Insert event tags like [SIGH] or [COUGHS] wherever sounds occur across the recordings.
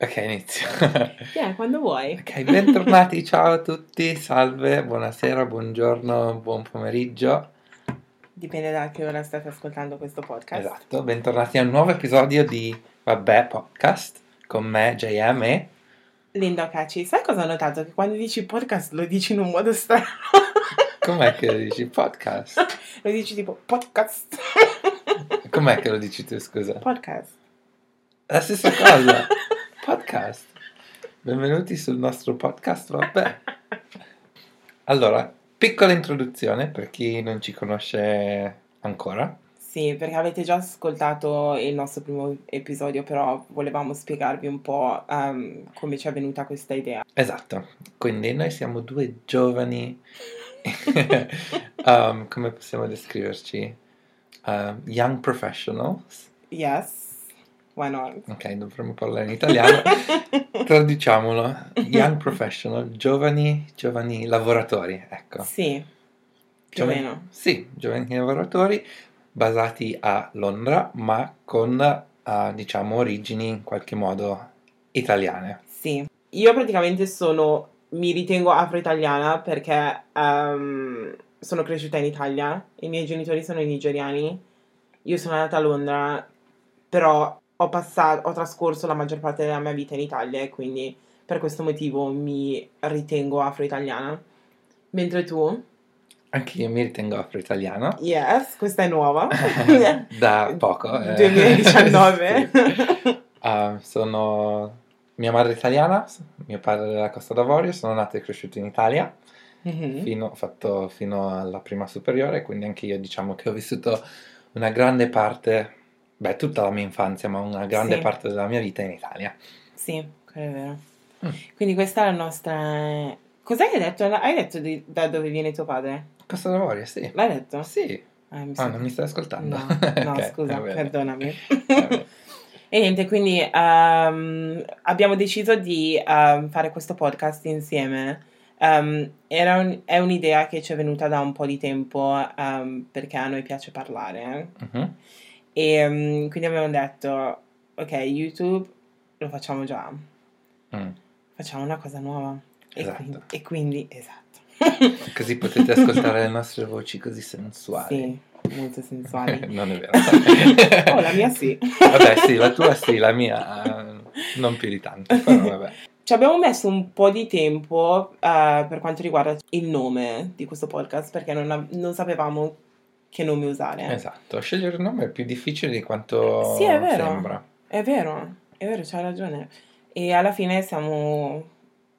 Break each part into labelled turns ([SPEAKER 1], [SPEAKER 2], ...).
[SPEAKER 1] Ok, inizio. [LAUGHS]
[SPEAKER 2] Yeah, quando vuoi.
[SPEAKER 1] ok, bentornati, ciao a tutti, salve, buonasera, buongiorno, buon pomeriggio.
[SPEAKER 2] Dipende da che ora state ascoltando questo podcast.
[SPEAKER 1] Esatto, bentornati a un nuovo episodio di Vabbè Podcast con me, JM e...
[SPEAKER 2] Linda Caci, sai cosa ho notato? Che quando dici podcast lo dici in un modo strano. [LAUGHS]
[SPEAKER 1] Com'è che lo dici? Podcast?
[SPEAKER 2] Lo dici tipo
[SPEAKER 1] [LAUGHS]
[SPEAKER 2] podcast.
[SPEAKER 1] Com'è che lo dici tu, scusa?
[SPEAKER 2] Podcast.
[SPEAKER 1] La stessa cosa, podcast. Benvenuti sul nostro podcast, vabbè. Allora, piccola introduzione per chi non ci conosce ancora.
[SPEAKER 2] Sì, perché avete già ascoltato il nostro primo episodio, però volevamo spiegarvi un po' ehm, come ci è venuta
[SPEAKER 1] [LAUGHS]
[SPEAKER 2] questa idea.
[SPEAKER 1] Esatto, quindi noi siamo due giovani, [LAUGHS] um, come possiamo descriverci? Um, young professionals,
[SPEAKER 2] Yes, why not?
[SPEAKER 1] ok, dovremmo parlare in italiano, traduciamolo, young professional, giovani, giovani lavoratori, ecco.
[SPEAKER 2] [LAUGHS] Sì, più o
[SPEAKER 1] Giovani-
[SPEAKER 2] meno.
[SPEAKER 1] Sì, giovani lavoratori basati a Londra, ma con, eh, diciamo, origini in qualche modo italiane.
[SPEAKER 2] Sì, io praticamente sono, mi ritengo afro-italiana perché ehm, sono cresciuta in Italia, i miei genitori sono nigeriani, io sono nata a Londra, però ho passato, ho trascorso la maggior parte della mia vita in Italia e quindi per questo motivo mi ritengo afro-italiana. Mentre tu?
[SPEAKER 1] Anche io mi ritengo afro-italiano.
[SPEAKER 2] Yes, questa è nuova. [LAUGHS]
[SPEAKER 1] da poco. eh.
[SPEAKER 2] 2019.
[SPEAKER 1] [LAUGHS] Sì. Ah, sono mia madre è italiana, mio padre è della Costa d'Avorio, sono nato e cresciuto in Italia,
[SPEAKER 2] Mhm.
[SPEAKER 1] fino, ho fatto fino alla prima superiore, quindi anche io diciamo che ho vissuto una grande parte, beh tutta la mia infanzia, ma una grande
[SPEAKER 2] Sì.
[SPEAKER 1] parte della mia vita in Italia.
[SPEAKER 2] Sì, quello è vero.
[SPEAKER 1] Mm.
[SPEAKER 2] Quindi questa è la nostra... Cos'hai detto? Hai detto di- da dove viene tuo padre?
[SPEAKER 1] Costa d'Avorio, sì.
[SPEAKER 2] L'hai detto?
[SPEAKER 1] Sì,
[SPEAKER 2] Ah, mi
[SPEAKER 1] ah,
[SPEAKER 2] sono-
[SPEAKER 1] non mi stai ascoltando. [LAUGHS]
[SPEAKER 2] No, no,
[SPEAKER 1] Ok, eh,
[SPEAKER 2] scusa,
[SPEAKER 1] va bene. Eh,
[SPEAKER 2] perdonami.
[SPEAKER 1] Va bene.
[SPEAKER 2] E niente, quindi ehm, abbiamo deciso di ehm, fare questo podcast insieme. Ehm, era un- è un'idea che ci è venuta da un po' di tempo ehm, perché a noi piace parlare.
[SPEAKER 1] Mhm.
[SPEAKER 2] E ehm, quindi abbiamo detto, ok, YouTube lo facciamo già.
[SPEAKER 1] Mm.
[SPEAKER 2] facciamo una cosa nuova. E,
[SPEAKER 1] Esatto.
[SPEAKER 2] quindi, e quindi- esatto.
[SPEAKER 1] Così potete ascoltare le nostre voci così sensuali.
[SPEAKER 2] Sì, molto sensuali.
[SPEAKER 1] [LAUGHS] non è vero.
[SPEAKER 2] [LAUGHS] oh, la mia sì.
[SPEAKER 1] Vabbè, sì, la tua sì, la mia eh, non più di tanto, però
[SPEAKER 2] [LAUGHS]
[SPEAKER 1] vabbè.
[SPEAKER 2] Ci abbiamo messo un po' di tempo eh, per quanto riguarda il nome di questo podcast perché non, av- non sapevamo che nome usare.
[SPEAKER 1] Esatto, scegliere un nome è più difficile di quanto
[SPEAKER 2] Eh. Sì, è vero.
[SPEAKER 1] sembra.
[SPEAKER 2] È vero, è vero, c'hai ragione. E alla fine siamo,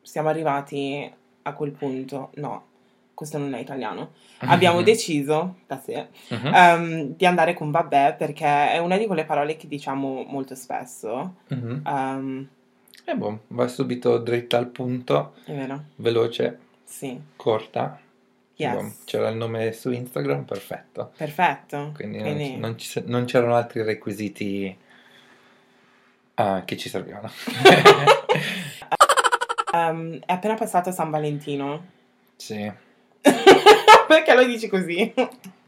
[SPEAKER 2] siamo arrivati a quel punto. No, questo non è italiano. Abbiamo
[SPEAKER 1] [LAUGHS] Mhm.
[SPEAKER 2] deciso da sé
[SPEAKER 1] Mhm,
[SPEAKER 2] ehm, di andare con vabbè perché è una di quelle parole che diciamo molto spesso.
[SPEAKER 1] mhm.
[SPEAKER 2] Ehm,
[SPEAKER 1] E boh, va subito dritta al punto,
[SPEAKER 2] è vero?
[SPEAKER 1] veloce,
[SPEAKER 2] Sì.
[SPEAKER 1] corta.
[SPEAKER 2] Yes.
[SPEAKER 1] Boh, c'era il nome su Instagram, perfetto.
[SPEAKER 2] Perfetto.
[SPEAKER 1] Quindi, non ci- non, ci- non c'erano altri requisiti ah, che ci servivano.
[SPEAKER 2] [LAUGHS] [LAUGHS] ehm, è appena passato San Valentino. [LAUGHS]
[SPEAKER 1] sì.
[SPEAKER 2] perché lo dici così?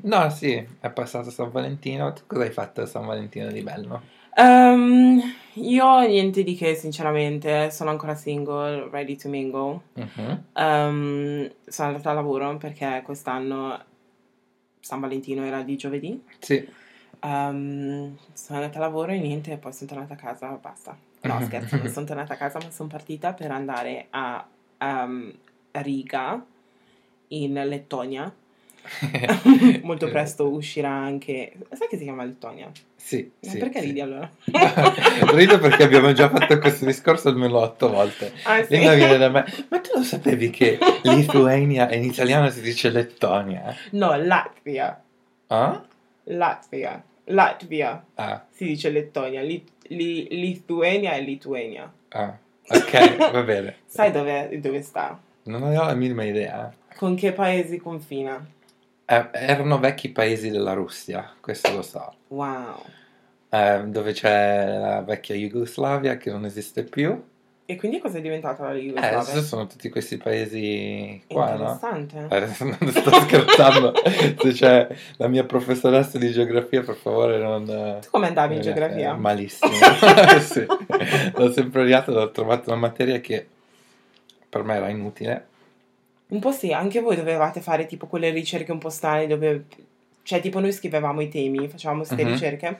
[SPEAKER 1] No, sì, è passato San Valentino. Tu cosa hai fatto a San Valentino di bello?
[SPEAKER 2] Ehm, io niente di che, sinceramente. Sono ancora single, ready to mingle.
[SPEAKER 1] Mhm.
[SPEAKER 2] Ehm, sono andata a lavoro perché quest'anno San Valentino era di giovedì.
[SPEAKER 1] Sì.
[SPEAKER 2] Ehm, sono andata a lavoro e niente, poi sono tornata a casa, basta.
[SPEAKER 1] [LAUGHS]
[SPEAKER 2] No, scherzo, non sono tornata a casa, ma sono partita per andare a ehm, Riga, in Lettonia. [LAUGHS]
[SPEAKER 1] Eh,
[SPEAKER 2] Molto presto uscirà anche... Sai che si chiama Lettonia? Ma
[SPEAKER 1] Sì, sì,
[SPEAKER 2] perché
[SPEAKER 1] sì. [LAUGHS]
[SPEAKER 2] ridi allora?
[SPEAKER 1] Rido perché abbiamo già fatto questo discorso almeno otto volte.
[SPEAKER 2] [LAUGHS] Ah, sì.
[SPEAKER 1] Linda viene da me. Ma tu lo sapevi che Lituania in italiano si dice Lettonia?
[SPEAKER 2] No, Latvia.
[SPEAKER 1] Ah?
[SPEAKER 2] Latvia. Latvia.
[SPEAKER 1] Ah,
[SPEAKER 2] Si dice Lettonia. Lit- Li- Lituania e Lituania.
[SPEAKER 1] ah. Ok, va bene.
[SPEAKER 2] Sai dove, dove sta?
[SPEAKER 1] Non avevo la minima idea.
[SPEAKER 2] Con che paesi confina?
[SPEAKER 1] Eh, erano vecchi paesi della Russia, questo lo so.
[SPEAKER 2] Wow.
[SPEAKER 1] Eh, dove c'è la vecchia Jugoslavia che non esiste più.
[SPEAKER 2] E quindi cosa è diventata la
[SPEAKER 1] Eh,
[SPEAKER 2] Jugoslavia?
[SPEAKER 1] adesso sono tutti questi paesi qua, no? Eh,
[SPEAKER 2] Interessante.
[SPEAKER 1] Adesso non [LAUGHS] sto scherzando. Se c'è la mia professoressa di geografia, per favore non...
[SPEAKER 2] Tu come andavi
[SPEAKER 1] eh,
[SPEAKER 2] in geografia?
[SPEAKER 1] eh, malissimo. [LAUGHS] Sì. L'ho sempre odiato, l'ho trovato una materia che per me era inutile.
[SPEAKER 2] Un po' sì, anche voi dovevate fare tipo quelle ricerche un po' strane dove... Cioè, tipo noi scrivevamo i temi, facevamo queste
[SPEAKER 1] Mhm.
[SPEAKER 2] ricerche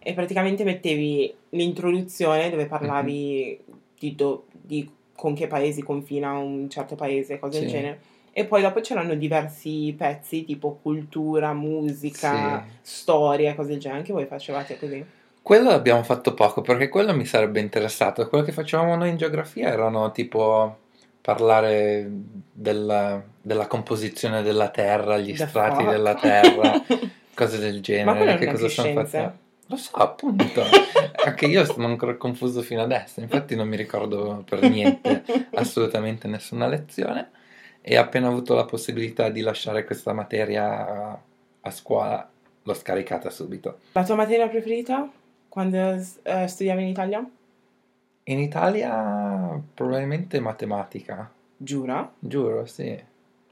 [SPEAKER 2] e praticamente mettevi l'introduzione dove parlavi
[SPEAKER 1] Mhm.
[SPEAKER 2] di, do- di con che paesi confina un certo paese, cose del
[SPEAKER 1] Sì.
[SPEAKER 2] genere. E poi dopo c'erano diversi pezzi, tipo cultura, musica,
[SPEAKER 1] Sì.
[SPEAKER 2] storia, cose del genere. Anche voi facevate così?
[SPEAKER 1] Quello abbiamo fatto poco perché quello mi sarebbe interessato. Quello che facevamo noi in geografia erano tipo parlare della, della composizione della terra, gli
[SPEAKER 2] The
[SPEAKER 1] strati
[SPEAKER 2] fuck?
[SPEAKER 1] della
[SPEAKER 2] [LAUGHS]
[SPEAKER 1] terra, cose del
[SPEAKER 2] Ma quello
[SPEAKER 1] genere.
[SPEAKER 2] non
[SPEAKER 1] Che cosa
[SPEAKER 2] è anche
[SPEAKER 1] sono
[SPEAKER 2] scienze?
[SPEAKER 1] fatte? Lo so, appunto. Anche io sono ancora confuso fino adesso. Infatti, non mi ricordo per
[SPEAKER 2] [LAUGHS]
[SPEAKER 1] niente assolutamente nessuna lezione. E appena ho avuto la possibilità di lasciare questa materia a scuola, l'ho scaricata subito.
[SPEAKER 2] La tua materia preferita quando eh, studiavi in Italia?
[SPEAKER 1] In Italia probabilmente matematica,
[SPEAKER 2] Giura?
[SPEAKER 1] giuro, sì.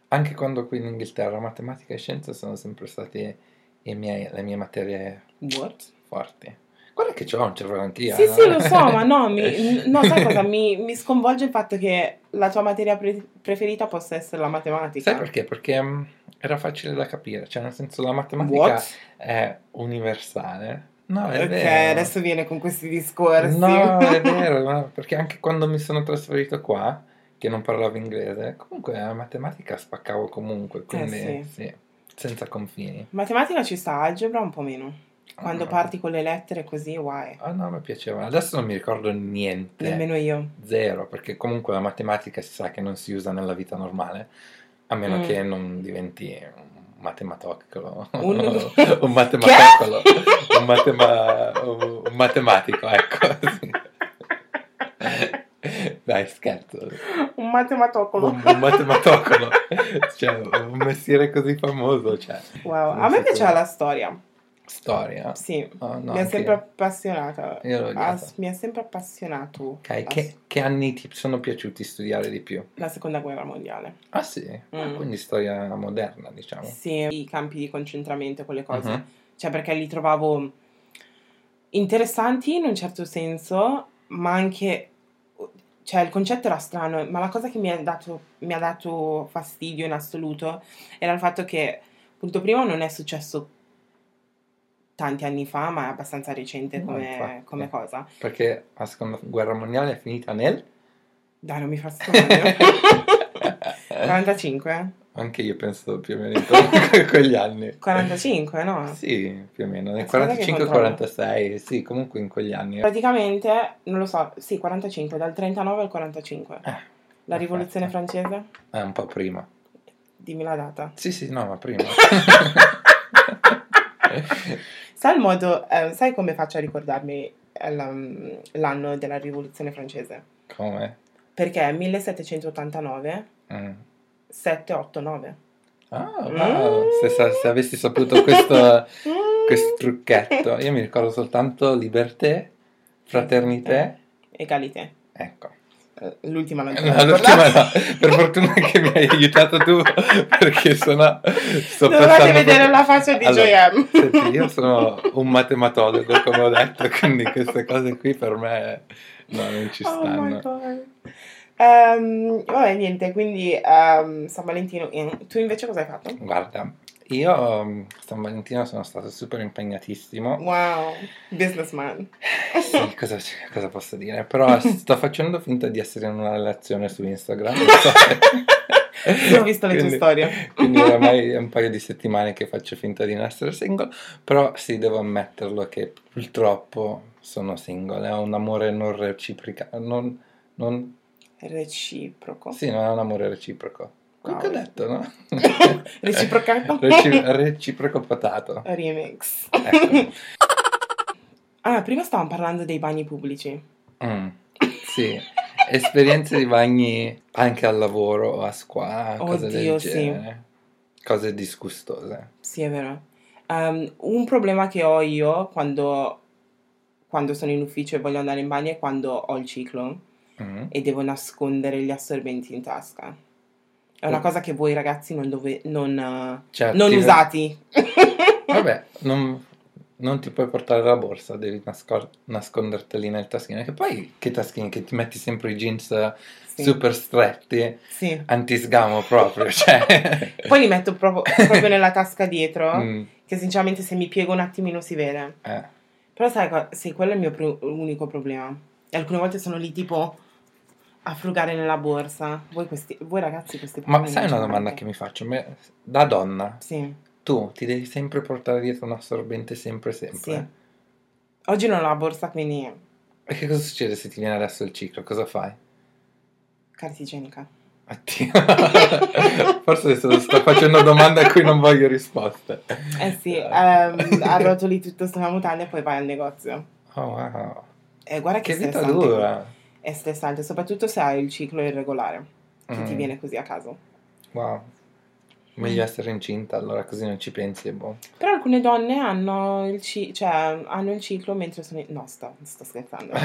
[SPEAKER 1] Anche quando qui in Inghilterra matematica e scienze sono sempre state i miei- le mie materie
[SPEAKER 2] What?
[SPEAKER 1] forti. Guarda che c'ho eh. un cervello anch'io.
[SPEAKER 2] Sì,
[SPEAKER 1] no?
[SPEAKER 2] sì, lo so, ma
[SPEAKER 1] [LAUGHS]
[SPEAKER 2] no, mi, no, sai cosa? Mi, mi sconvolge il fatto che la tua materia pre- preferita possa essere la matematica.
[SPEAKER 1] Sai perché? Perché mm, era facile da capire, cioè nel senso la matematica
[SPEAKER 2] What?
[SPEAKER 1] è universale. No, è
[SPEAKER 2] Ok,
[SPEAKER 1] vero.
[SPEAKER 2] adesso viene con questi discorsi.
[SPEAKER 1] No,
[SPEAKER 2] [LAUGHS]
[SPEAKER 1] è vero, no, perché anche quando mi sono trasferito qua, che non parlavo inglese, comunque la matematica spaccavo comunque, quindi
[SPEAKER 2] Eh, sì.
[SPEAKER 1] sì, senza confini.
[SPEAKER 2] Matematica ci sta, algebra un po' meno. Quando
[SPEAKER 1] Ah,
[SPEAKER 2] parti con le lettere così, guai.
[SPEAKER 1] Ah no, mi piaceva. Adesso non mi ricordo niente,
[SPEAKER 2] Nemmeno io.
[SPEAKER 1] zero, perché comunque la matematica si sa che non si usa nella vita normale, a meno
[SPEAKER 2] Mm.
[SPEAKER 1] che non diventi un matematocolo.
[SPEAKER 2] Un-
[SPEAKER 1] [LAUGHS]
[SPEAKER 2] [LAUGHS]
[SPEAKER 1] un matematocolo. un, matema- un- un matematico, ecco. sì. Dai, scherzo.
[SPEAKER 2] Un matematocolo.
[SPEAKER 1] un, un matematocolo, cioè un mestiere così famoso, cioè
[SPEAKER 2] Wow,
[SPEAKER 1] Non
[SPEAKER 2] a me
[SPEAKER 1] so
[SPEAKER 2] piaceva
[SPEAKER 1] come.
[SPEAKER 2] la storia.
[SPEAKER 1] storia.
[SPEAKER 2] Sì,
[SPEAKER 1] Oh, no,
[SPEAKER 2] mi ha
[SPEAKER 1] anche
[SPEAKER 2] sempre appassionata.
[SPEAKER 1] Io l'ho odiata.
[SPEAKER 2] As- mi ha sempre appassionato
[SPEAKER 1] Ok,
[SPEAKER 2] la-
[SPEAKER 1] che, che anni ti sono piaciuti studiare di più?
[SPEAKER 2] la seconda guerra mondiale.
[SPEAKER 1] Ah sì, Ah,
[SPEAKER 2] Mm.
[SPEAKER 1] quindi storia moderna diciamo.
[SPEAKER 2] Sì, i campi di concentramento, quelle cose.
[SPEAKER 1] Mhm.
[SPEAKER 2] Cioè, perché li trovavo interessanti in un certo senso, ma anche. Cioè, il concetto era strano, ma la cosa che mi ha dato, mi ha dato fastidio in assoluto era il fatto che, appunto, prima non è successo tanti anni fa, ma è abbastanza recente
[SPEAKER 1] No,
[SPEAKER 2] come,
[SPEAKER 1] infatti.
[SPEAKER 2] come cosa.
[SPEAKER 1] Perché la seconda guerra mondiale è finita nel...
[SPEAKER 2] Dai, non mi fa
[SPEAKER 1] [LAUGHS]
[SPEAKER 2] strano. 45?
[SPEAKER 1] Anche io penso più o meno [LAUGHS] in quegli anni.
[SPEAKER 2] 45, no?
[SPEAKER 1] Sì, più o meno, nel
[SPEAKER 2] Aspetta che
[SPEAKER 1] 45-46, sì, comunque in quegli anni. eh,
[SPEAKER 2] Praticamente, non lo so, sì, 45, dal 39 al 45.
[SPEAKER 1] Ah,
[SPEAKER 2] la rivoluzione francese?
[SPEAKER 1] Eh, un po' prima.
[SPEAKER 2] Dimmi la
[SPEAKER 1] [LAUGHS]
[SPEAKER 2] data.
[SPEAKER 1] Sì, sì, no, ma
[SPEAKER 2] [LAUGHS]
[SPEAKER 1] prima.
[SPEAKER 2] sai il modo, eh, sai come faccio a ricordarmi eh, la- l'anno della rivoluzione francese?
[SPEAKER 1] Come?
[SPEAKER 2] Perché è 1789,
[SPEAKER 1] Mm.
[SPEAKER 2] 789.
[SPEAKER 1] Ah, wow. se, sa- se avessi saputo
[SPEAKER 2] [LAUGHS]
[SPEAKER 1] questo,
[SPEAKER 2] Mm.
[SPEAKER 1] questo
[SPEAKER 2] [LAUGHS]
[SPEAKER 1] trucchetto, io mi ricordo soltanto libertà, fraternité,
[SPEAKER 2] Egalité.
[SPEAKER 1] ecco.
[SPEAKER 2] Eh, L'ultima non te
[SPEAKER 1] No,
[SPEAKER 2] la
[SPEAKER 1] l'ultima
[SPEAKER 2] [LAUGHS] ricordavo.
[SPEAKER 1] no, per fortuna che mi hai aiutato tu, [LAUGHS] perché sennò sto pensando
[SPEAKER 2] Dovevate vedere
[SPEAKER 1] proprio-
[SPEAKER 2] la faccia di
[SPEAKER 1] Allora,
[SPEAKER 2] Joyam.
[SPEAKER 1] Senti, io sono
[SPEAKER 2] [LAUGHS]
[SPEAKER 1] un matematologo, come ho detto, quindi queste cose qui per me no, non ci
[SPEAKER 2] Oh my
[SPEAKER 1] stanno.
[SPEAKER 2] god. Ehm, vabbè, niente, quindi ehm, San Valentino. eh, Tu invece cosa hai fatto?
[SPEAKER 1] Guarda, io mm, San Valentino sono stato super impegnatissimo.
[SPEAKER 2] Wow,
[SPEAKER 1] [LAUGHS]
[SPEAKER 2] businessman.
[SPEAKER 1] Sì, cosa, cosa posso dire?
[SPEAKER 2] [LAUGHS]
[SPEAKER 1] Però sto facendo finta di essere in una relazione su Instagram. non so se-
[SPEAKER 2] Io ho visto le tue
[SPEAKER 1] Quindi-
[SPEAKER 2] storie.
[SPEAKER 1] Quindi oramai è un paio di settimane che faccio finta di non essere single, però sì, devo ammetterlo che purtroppo sono single, è un amore non reciprocato, non, non-
[SPEAKER 2] Reciproco.
[SPEAKER 1] sì, non è un amore reciproco. Quello che ho detto, no?
[SPEAKER 2] [LAUGHS] Reciprocato.
[SPEAKER 1] [LAUGHS] Reci- reciproco potato.
[SPEAKER 2] Remix.
[SPEAKER 1] Ecco.
[SPEAKER 2] Ah, prima stavamo parlando dei bagni pubblici.
[SPEAKER 1] Mm, sì, esperienze di bagni anche al lavoro o a scuola, cose
[SPEAKER 2] Oddio,
[SPEAKER 1] del
[SPEAKER 2] sì.
[SPEAKER 1] genere. Cose disgustose.
[SPEAKER 2] Sì, è vero. Ehm, un problema che ho io quando, quando sono in ufficio e voglio andare in bagno è quando ho il ciclo.
[SPEAKER 1] Mm.
[SPEAKER 2] e devo nascondere gli assorbenti in tasca. È una
[SPEAKER 1] Mm.
[SPEAKER 2] cosa che voi ragazzi non, dove, non, eh,
[SPEAKER 1] Cioè,
[SPEAKER 2] non
[SPEAKER 1] ti-
[SPEAKER 2] usati.
[SPEAKER 1] Vabbè, non, non ti puoi portare la borsa, devi nascor- nasconderteli nel taschino. Che poi, che taschini, che ti metti sempre i jeans eh,
[SPEAKER 2] [LAUGHS] Sì,
[SPEAKER 1] super stretti,
[SPEAKER 2] sì.
[SPEAKER 1] antisgamo proprio, cioè...
[SPEAKER 2] Poi li
[SPEAKER 1] [LAUGHS]
[SPEAKER 2] metto proprio, proprio nella tasca dietro,
[SPEAKER 1] Mm,
[SPEAKER 2] che sinceramente se mi piego un attimino si vede.
[SPEAKER 1] eh.
[SPEAKER 2] Però sai, co- sì, quello è il mio pr- unico problema. E alcune volte sono lì tipo a frugare nella borsa. Voi, questi, voi ragazzi questi
[SPEAKER 1] Ma
[SPEAKER 2] problemi
[SPEAKER 1] sai
[SPEAKER 2] non
[SPEAKER 1] una
[SPEAKER 2] ce
[SPEAKER 1] domanda
[SPEAKER 2] l'avete?
[SPEAKER 1] che mi faccio? Me- Da donna,
[SPEAKER 2] Sì,
[SPEAKER 1] tu ti devi sempre portare dietro un assorbente, sempre,
[SPEAKER 2] sì.
[SPEAKER 1] sempre.
[SPEAKER 2] Oggi non ho la borsa, quindi
[SPEAKER 1] E che cosa succede se ti viene adesso il ciclo? Cosa fai?
[SPEAKER 2] carta igienica.
[SPEAKER 1] Oddio. [LAUGHS] Forse adesso sto facendo domande a cui non voglio risposte.
[SPEAKER 2] Eh
[SPEAKER 1] [LAUGHS]
[SPEAKER 2] sì, ehm, arrotoli tutto sulla mutanda e poi vai al negozio.
[SPEAKER 1] Oh wow.
[SPEAKER 2] E guarda che,
[SPEAKER 1] Che vita
[SPEAKER 2] stressante.
[SPEAKER 1] dura.
[SPEAKER 2] È stressante, soprattutto se hai il ciclo irregolare, che ti
[SPEAKER 1] Mm.
[SPEAKER 2] viene così a caso.
[SPEAKER 1] Wow. Meglio essere incinta, allora così non ci pensi. e Boh.
[SPEAKER 2] Però alcune donne hanno il, ci- cioè, hanno il ciclo mentre sono... in- No, sto, sto scherzando. [LAUGHS] [LAUGHS]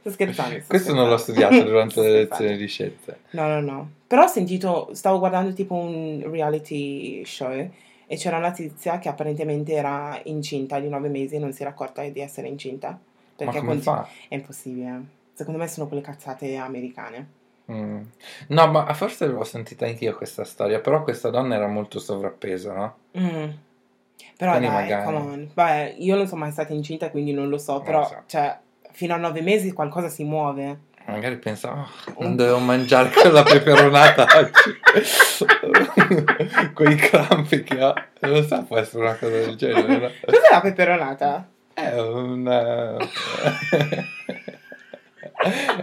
[SPEAKER 2] sto scherzando. sto
[SPEAKER 1] Questo non l'ho
[SPEAKER 2] scherzando.
[SPEAKER 1] studiato durante
[SPEAKER 2] [LAUGHS] Sto
[SPEAKER 1] le
[SPEAKER 2] scherzando.
[SPEAKER 1] lezioni di scienze.
[SPEAKER 2] No, no, no. Però ho sentito, stavo guardando tipo un reality show e c'era una tizia che apparentemente era incinta di nove mesi e non si era accorta di essere incinta.
[SPEAKER 1] Ma
[SPEAKER 2] Perché
[SPEAKER 1] come
[SPEAKER 2] conti-
[SPEAKER 1] fa?
[SPEAKER 2] è impossibile. Secondo me sono quelle cazzate americane.
[SPEAKER 1] Mm. No, ma forse l'ho sentita anch'io questa storia, però questa donna era molto sovrappesa, no?
[SPEAKER 2] Mm. Però
[SPEAKER 1] Quindi
[SPEAKER 2] dai,
[SPEAKER 1] magari-
[SPEAKER 2] come on. Vabbè, io non sono mai stata incinta, quindi non lo so,
[SPEAKER 1] Non
[SPEAKER 2] però
[SPEAKER 1] lo so.
[SPEAKER 2] cioè, fino a nove mesi qualcosa si muove.
[SPEAKER 1] Magari pensavo, "Oh, non dovevo mangiare quella
[SPEAKER 2] [LAUGHS]
[SPEAKER 1] peperonata [LAUGHS] oggi. Quei crampi che ho. Non lo so, può essere una cosa del genere. no?
[SPEAKER 2] [LAUGHS] Cos'è la peperonata?
[SPEAKER 1] È un... eh, [LAUGHS]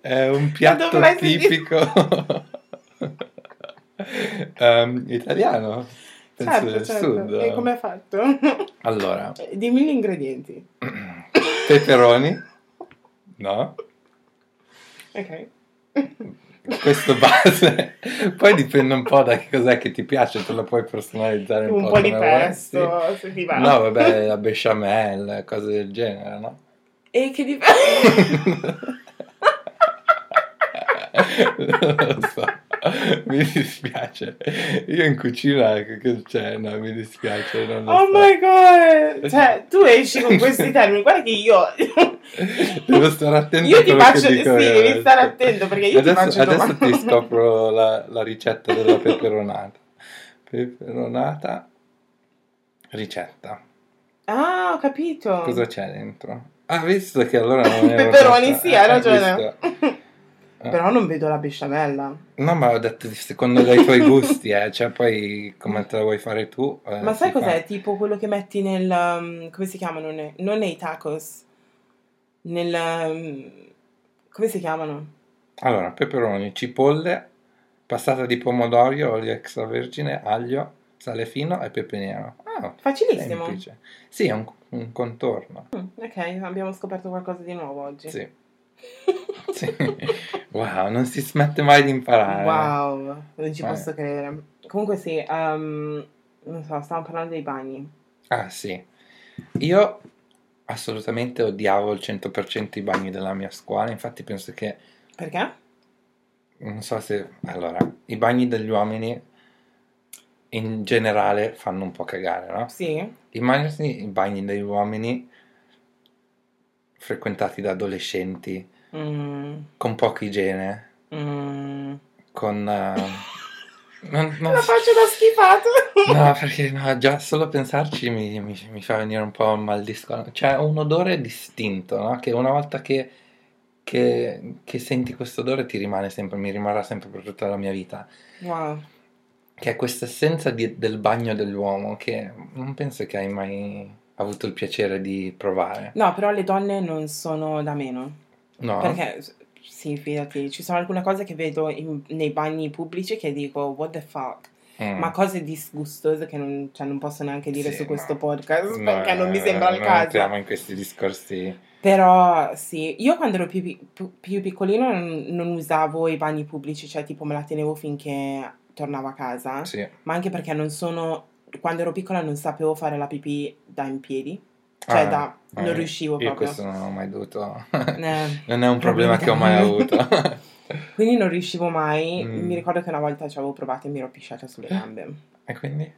[SPEAKER 1] È un piatto
[SPEAKER 2] Dovrai sentire-
[SPEAKER 1] tipico [LAUGHS] ehm, italiano. [LAUGHS] Penso del sud.
[SPEAKER 2] Certo, E come hai fatto?
[SPEAKER 1] Allora,
[SPEAKER 2] Dimmi gli ingredienti.
[SPEAKER 1] [COUGHS] peperoni, no?
[SPEAKER 2] Ok.
[SPEAKER 1] Questo base. [LAUGHS] Poi dipende un po' da che cos'è che ti piace, te lo puoi personalizzare un,
[SPEAKER 2] un po' di
[SPEAKER 1] come vuoi, sì.
[SPEAKER 2] pesto, se ti va.
[SPEAKER 1] No, vabbè, la besciamella, cose del genere, no? [LAUGHS]
[SPEAKER 2] E che di...
[SPEAKER 1] Non lo so, mi dispiace. Io in cucina, che- che- cioè, no, mi dispiace. Non lo
[SPEAKER 2] Oh
[SPEAKER 1] so.
[SPEAKER 2] my
[SPEAKER 1] [LAUGHS]
[SPEAKER 2] god! Cioè, tu esci con questi termini, guarda che io...
[SPEAKER 1] Devo stare attento
[SPEAKER 2] Io
[SPEAKER 1] a
[SPEAKER 2] ti
[SPEAKER 1] quello
[SPEAKER 2] faccio...
[SPEAKER 1] che
[SPEAKER 2] Sì,
[SPEAKER 1] dico. io,
[SPEAKER 2] devi
[SPEAKER 1] adesso.
[SPEAKER 2] stare attento perché io
[SPEAKER 1] adesso,
[SPEAKER 2] ti faccio
[SPEAKER 1] adesso
[SPEAKER 2] domande.
[SPEAKER 1] ti
[SPEAKER 2] [LAUGHS]
[SPEAKER 1] scopro la, la ricetta della peperonata. Peperonata, ricetta.
[SPEAKER 2] Ah, ho capito.
[SPEAKER 1] Cosa c'è dentro? Ah, visto che allora non ero
[SPEAKER 2] [LAUGHS] Peperoni,
[SPEAKER 1] fatta-
[SPEAKER 2] sì, hai
[SPEAKER 1] eh,
[SPEAKER 2] ragione.
[SPEAKER 1] visto.
[SPEAKER 2] [LAUGHS] Però non vedo la besciamella.
[SPEAKER 1] No, ma ho detto di- secondo dei tuoi gusti, eh. Cioè, poi come te la vuoi fare tu. eh,
[SPEAKER 2] Ma sai
[SPEAKER 1] si fa.
[SPEAKER 2] cos'è? Tipo quello che metti nel... um, come si chiamano? Ne- non nei tacos. Nel... um, come si chiamano?
[SPEAKER 1] Allora, peperoni, cipolle, passata di pomodoro, olio extravergine, aglio, sale fino e pepe nero. Ah,
[SPEAKER 2] Facilissimo.
[SPEAKER 1] semplice. Sì, è un, un contorno.
[SPEAKER 2] Ok, abbiamo scoperto qualcosa di nuovo oggi. [LAUGHS]
[SPEAKER 1] Sì. Sì. Wow, non si smette mai di imparare.
[SPEAKER 2] Wow, non ci
[SPEAKER 1] Eh.
[SPEAKER 2] posso credere. Comunque sì, ehm, non so, stavamo parlando dei bagni.
[SPEAKER 1] Ah, sì. Io assolutamente odiavo il 100% i bagni della mia scuola, infatti penso che
[SPEAKER 2] Perché?
[SPEAKER 1] Non so se... Allora, i bagni degli uomini in generale fanno un po' cagare, no?
[SPEAKER 2] Sì.
[SPEAKER 1] Immaginati i bagni degli uomini frequentati da adolescenti,
[SPEAKER 2] Mm,
[SPEAKER 1] con poca igiene,
[SPEAKER 2] mm.
[SPEAKER 1] con... eh, non- non-
[SPEAKER 2] La faccia da schifato.
[SPEAKER 1] no, perché no, già solo pensarci mi, mi- mi fa venire un po' un mal di scuola. C'è un odore distinto, no? Che una volta che, che, che senti questo odore ti rimane sempre, mi rimarrà sempre per tutta la mia vita.
[SPEAKER 2] Wow.
[SPEAKER 1] che è questa essenza di- del bagno dell'uomo che non penso che hai mai avuto il piacere di provare.
[SPEAKER 2] No, però le donne non sono da meno.
[SPEAKER 1] No?
[SPEAKER 2] Perché, s- sì, fidati, ci sono alcune cose che vedo in- nei bagni pubblici che dico, what the fuck?
[SPEAKER 1] Mm.
[SPEAKER 2] Ma cose disgustose che non, cioè, non posso neanche dire
[SPEAKER 1] Sì,
[SPEAKER 2] su
[SPEAKER 1] no.
[SPEAKER 2] questo podcast
[SPEAKER 1] No, eh,
[SPEAKER 2] perché non mi sembra il
[SPEAKER 1] non
[SPEAKER 2] caso.
[SPEAKER 1] entriamo in questi discorsi.
[SPEAKER 2] Però sì, io quando ero più, pi- più- più piccolino non, non usavo i bagni pubblici, cioè tipo me la tenevo finché tornavo a casa,
[SPEAKER 1] Sì.
[SPEAKER 2] ma anche perché non sono, quando ero piccola non sapevo fare la pipì da in piedi, Cioè,
[SPEAKER 1] Ah,
[SPEAKER 2] da,
[SPEAKER 1] eh,
[SPEAKER 2] non riuscivo
[SPEAKER 1] Io
[SPEAKER 2] proprio.
[SPEAKER 1] questo non ho mai dovuto.
[SPEAKER 2] [LAUGHS] Eh,
[SPEAKER 1] non è un problema che ho mai avuto.
[SPEAKER 2] [LAUGHS] quindi non riuscivo mai.
[SPEAKER 1] Mm.
[SPEAKER 2] Mi ricordo che una volta ci avevo provato e mi ero pisciata sulle gambe.
[SPEAKER 1] e quindi?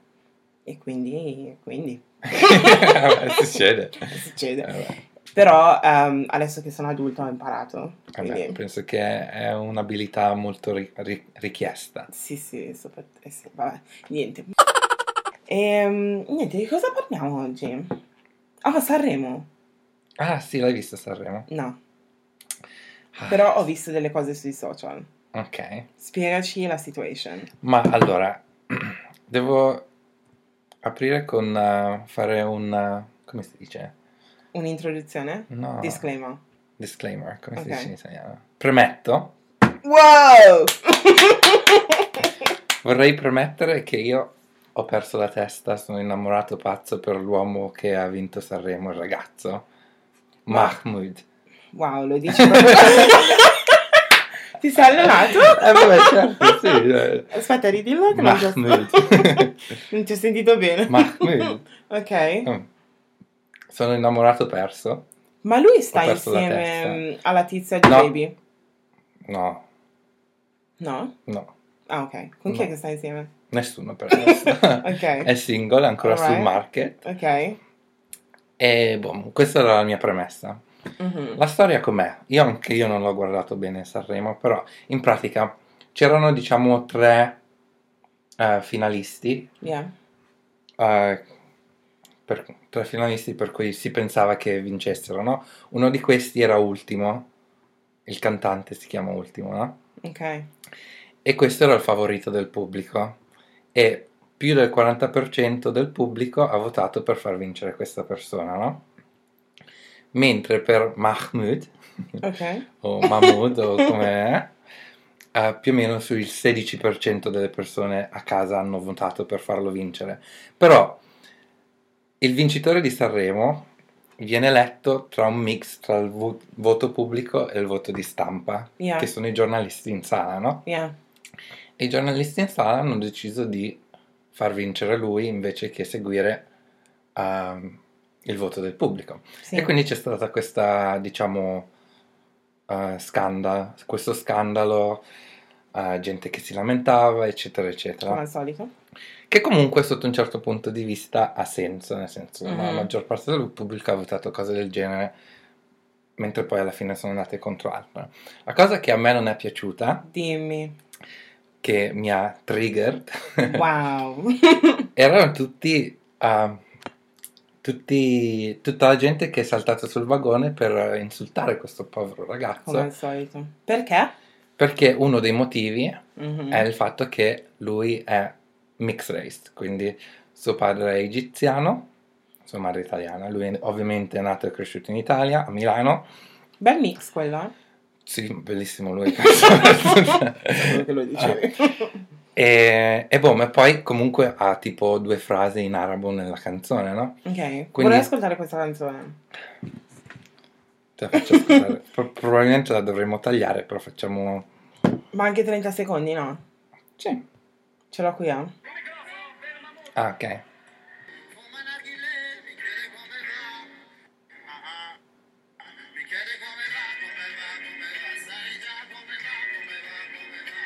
[SPEAKER 2] E quindi, quindi
[SPEAKER 1] Vabbè,
[SPEAKER 2] [LAUGHS]
[SPEAKER 1] succede.
[SPEAKER 2] succede.
[SPEAKER 1] Eh, vabbè.
[SPEAKER 2] Però ehm, adesso che sono adulto ho imparato.
[SPEAKER 1] Eh beh,
[SPEAKER 2] Quindi,
[SPEAKER 1] penso che è un'abilità molto ri- ri- richiesta.
[SPEAKER 2] sì, sì, sopra- eh sì, vabbè, niente. Ehm, niente, di cosa parliamo oggi? Ah, Sanremo?
[SPEAKER 1] Ah, sì, l'hai vista Sanremo?
[SPEAKER 2] No,
[SPEAKER 1] Ah,
[SPEAKER 2] però ho visto delle cose sui social.
[SPEAKER 1] Ok.
[SPEAKER 2] Spiegaci la situation.
[SPEAKER 1] Ma allora, [CLEARS THROAT] devo aprire con eh, fare un... eh, come si dice?
[SPEAKER 2] Un'introduzione?
[SPEAKER 1] No.
[SPEAKER 2] Disclaimer.
[SPEAKER 1] Disclaimer, come
[SPEAKER 2] Ok.
[SPEAKER 1] si dice in italiano? Premetto,
[SPEAKER 2] Wow!
[SPEAKER 1] vorrei premettere che io ho perso la testa, sono innamorato pazzo per l'uomo che ha vinto Sanremo, il ragazzo. Mahmoud.
[SPEAKER 2] wow, lo dici proprio. Ti sei allenato?
[SPEAKER 1] [LAUGHS] Eh, vabbè, certo,
[SPEAKER 2] [LAUGHS]
[SPEAKER 1] sì, eh.
[SPEAKER 2] Aspetta, ridillo che non ti ho- [LAUGHS]
[SPEAKER 1] Mahmoud.
[SPEAKER 2] non ti ho sentito bene.
[SPEAKER 1] Mahmoud.
[SPEAKER 2] [LAUGHS] Ok.
[SPEAKER 1] Mm. Sono innamorato perso.
[SPEAKER 2] Ma lui sta
[SPEAKER 1] Ho perso la
[SPEAKER 2] insieme alla tizia di
[SPEAKER 1] No.
[SPEAKER 2] Baby?
[SPEAKER 1] No,
[SPEAKER 2] No?
[SPEAKER 1] no,
[SPEAKER 2] Ah, ok. Con chi è
[SPEAKER 1] No.
[SPEAKER 2] che sta insieme?
[SPEAKER 1] nessuno per adesso.
[SPEAKER 2] [LAUGHS] Ok.
[SPEAKER 1] [LAUGHS] È single, è ancora sul
[SPEAKER 2] Alright.
[SPEAKER 1] market.
[SPEAKER 2] Ok.
[SPEAKER 1] E boh, questa era la mia premessa.
[SPEAKER 2] Mhm.
[SPEAKER 1] La storia com'è? Io anche io non l'ho guardato bene Sanremo, però in pratica c'erano diciamo tre eh, finalisti,
[SPEAKER 2] Yeah.
[SPEAKER 1] eh, per- tre finalisti per cui si pensava che vincessero, no? Uno di questi era Ultimo, il cantante si chiama Ultimo, no?
[SPEAKER 2] Ok.
[SPEAKER 1] E questo era il favorito del pubblico e più del 40% del pubblico ha votato per far vincere questa persona, no? Mentre per Mahmoud
[SPEAKER 2] Ok.
[SPEAKER 1] [LAUGHS] o Mahmoud o come è, eh, più o meno sul 16% delle persone a casa hanno votato per farlo vincere. Però il vincitore di Sanremo viene eletto tra un mix tra il vo- voto pubblico e il voto di stampa,
[SPEAKER 2] Yeah.
[SPEAKER 1] che sono i giornalisti in sala, no?
[SPEAKER 2] Yeah.
[SPEAKER 1] E i giornalisti in sala hanno deciso di far vincere lui invece che seguire ehm, il voto del pubblico.
[SPEAKER 2] Sì.
[SPEAKER 1] E quindi c'è stata questa, diciamo, eh, scanda- questo scandalo, eh, gente che si lamentava, eccetera,
[SPEAKER 2] Come
[SPEAKER 1] eccetera.
[SPEAKER 2] al solito.
[SPEAKER 1] Che comunque sotto un certo punto di vista ha senso, nel senso la
[SPEAKER 2] Mhm.
[SPEAKER 1] maggior parte del pubblico ha votato cose del genere, mentre poi alla fine sono andate contro altre. La cosa che a me non è piaciuta, [LAUGHS]
[SPEAKER 2] Dimmi.
[SPEAKER 1] che mi ha triggered, [LAUGHS]
[SPEAKER 2] Wow.
[SPEAKER 1] erano tutti, eh, tutti- tutta la gente che è saltata sul vagone per insultare questo povero ragazzo.
[SPEAKER 2] Come al solito. Perché?
[SPEAKER 1] Perché uno dei motivi
[SPEAKER 2] Mhm.
[SPEAKER 1] è il fatto che lui è mixed race, quindi suo padre è egiziano, sua madre è italiana. Lui è- ovviamente è nato e cresciuto in Italia, a Milano.
[SPEAKER 2] Bel mix
[SPEAKER 1] [LAUGHS]
[SPEAKER 2] quello, eh?
[SPEAKER 1] Sì, bellissimo
[SPEAKER 2] [LAUGHS]
[SPEAKER 1] lui.
[SPEAKER 2] Quello che lo dicevi.
[SPEAKER 1] Ah. e, e boh, ma poi comunque ha tipo due frasi in arabo nella canzone, no?
[SPEAKER 2] [LAUGHS] Ok.
[SPEAKER 1] Quindi-
[SPEAKER 2] Vorrei ascoltare questa canzone.
[SPEAKER 1] Te la faccio ascoltare. Pro- probabilmente la dovremmo tagliare, però facciamo...
[SPEAKER 2] Ma anche 30 secondi, no?
[SPEAKER 1] Sì.
[SPEAKER 2] Ce l'ho qui, eh?
[SPEAKER 1] Ah, ok.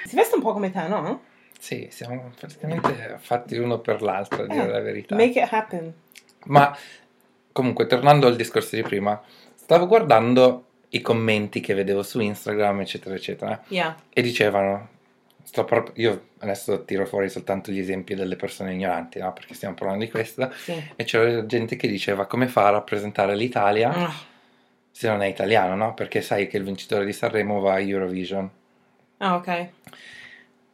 [SPEAKER 2] Si veste un po' come te, no?
[SPEAKER 1] Sì, siamo praticamente fatti uno per l'altro, a dire
[SPEAKER 2] Eh,
[SPEAKER 1] la verità.
[SPEAKER 2] Make it happen.
[SPEAKER 1] Ma comunque, tornando al discorso di prima, stavo guardando i commenti che vedevo su Instagram, eccetera, eccetera,
[SPEAKER 2] Yeah.
[SPEAKER 1] e dicevano, sto pro- io adesso tiro fuori soltanto gli esempi delle persone ignoranti, no? Perché stiamo parlando di questa,
[SPEAKER 2] Sì.
[SPEAKER 1] e c'era gente che diceva come fa a rappresentare l'Italia
[SPEAKER 2] Ah,
[SPEAKER 1] se non è italiano, no? Perché sai che il vincitore di Sanremo va a Eurovision.
[SPEAKER 2] Ah, ok.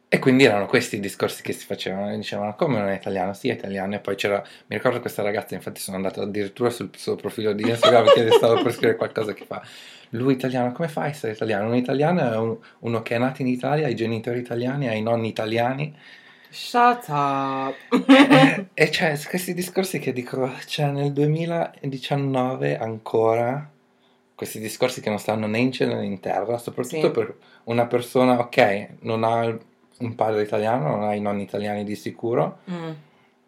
[SPEAKER 1] E quindi erano questi i discorsi che si facevano, e dicevano come non è italiano, sì è italiano, e poi c'era, mi ricordo questa ragazza, infatti sono andato addirittura sul suo profilo di Instagram perché stavo per scrivere qualcosa che fa, lui italiano, come fa a essere italiano? Un italiano è un- uno che è nato in Italia, ha i genitori italiani, ha i nonni italiani,
[SPEAKER 2] Shut up.
[SPEAKER 1] e, [LAUGHS] e cioè questi discorsi che dico, cioè nel 2019 ancora, questi discorsi che non stanno né in cielo né in terra, soprattutto
[SPEAKER 2] Sì.
[SPEAKER 1] per una persona, ok, non ha un padre italiano, non ha i nonni italiani di sicuro,
[SPEAKER 2] Mm.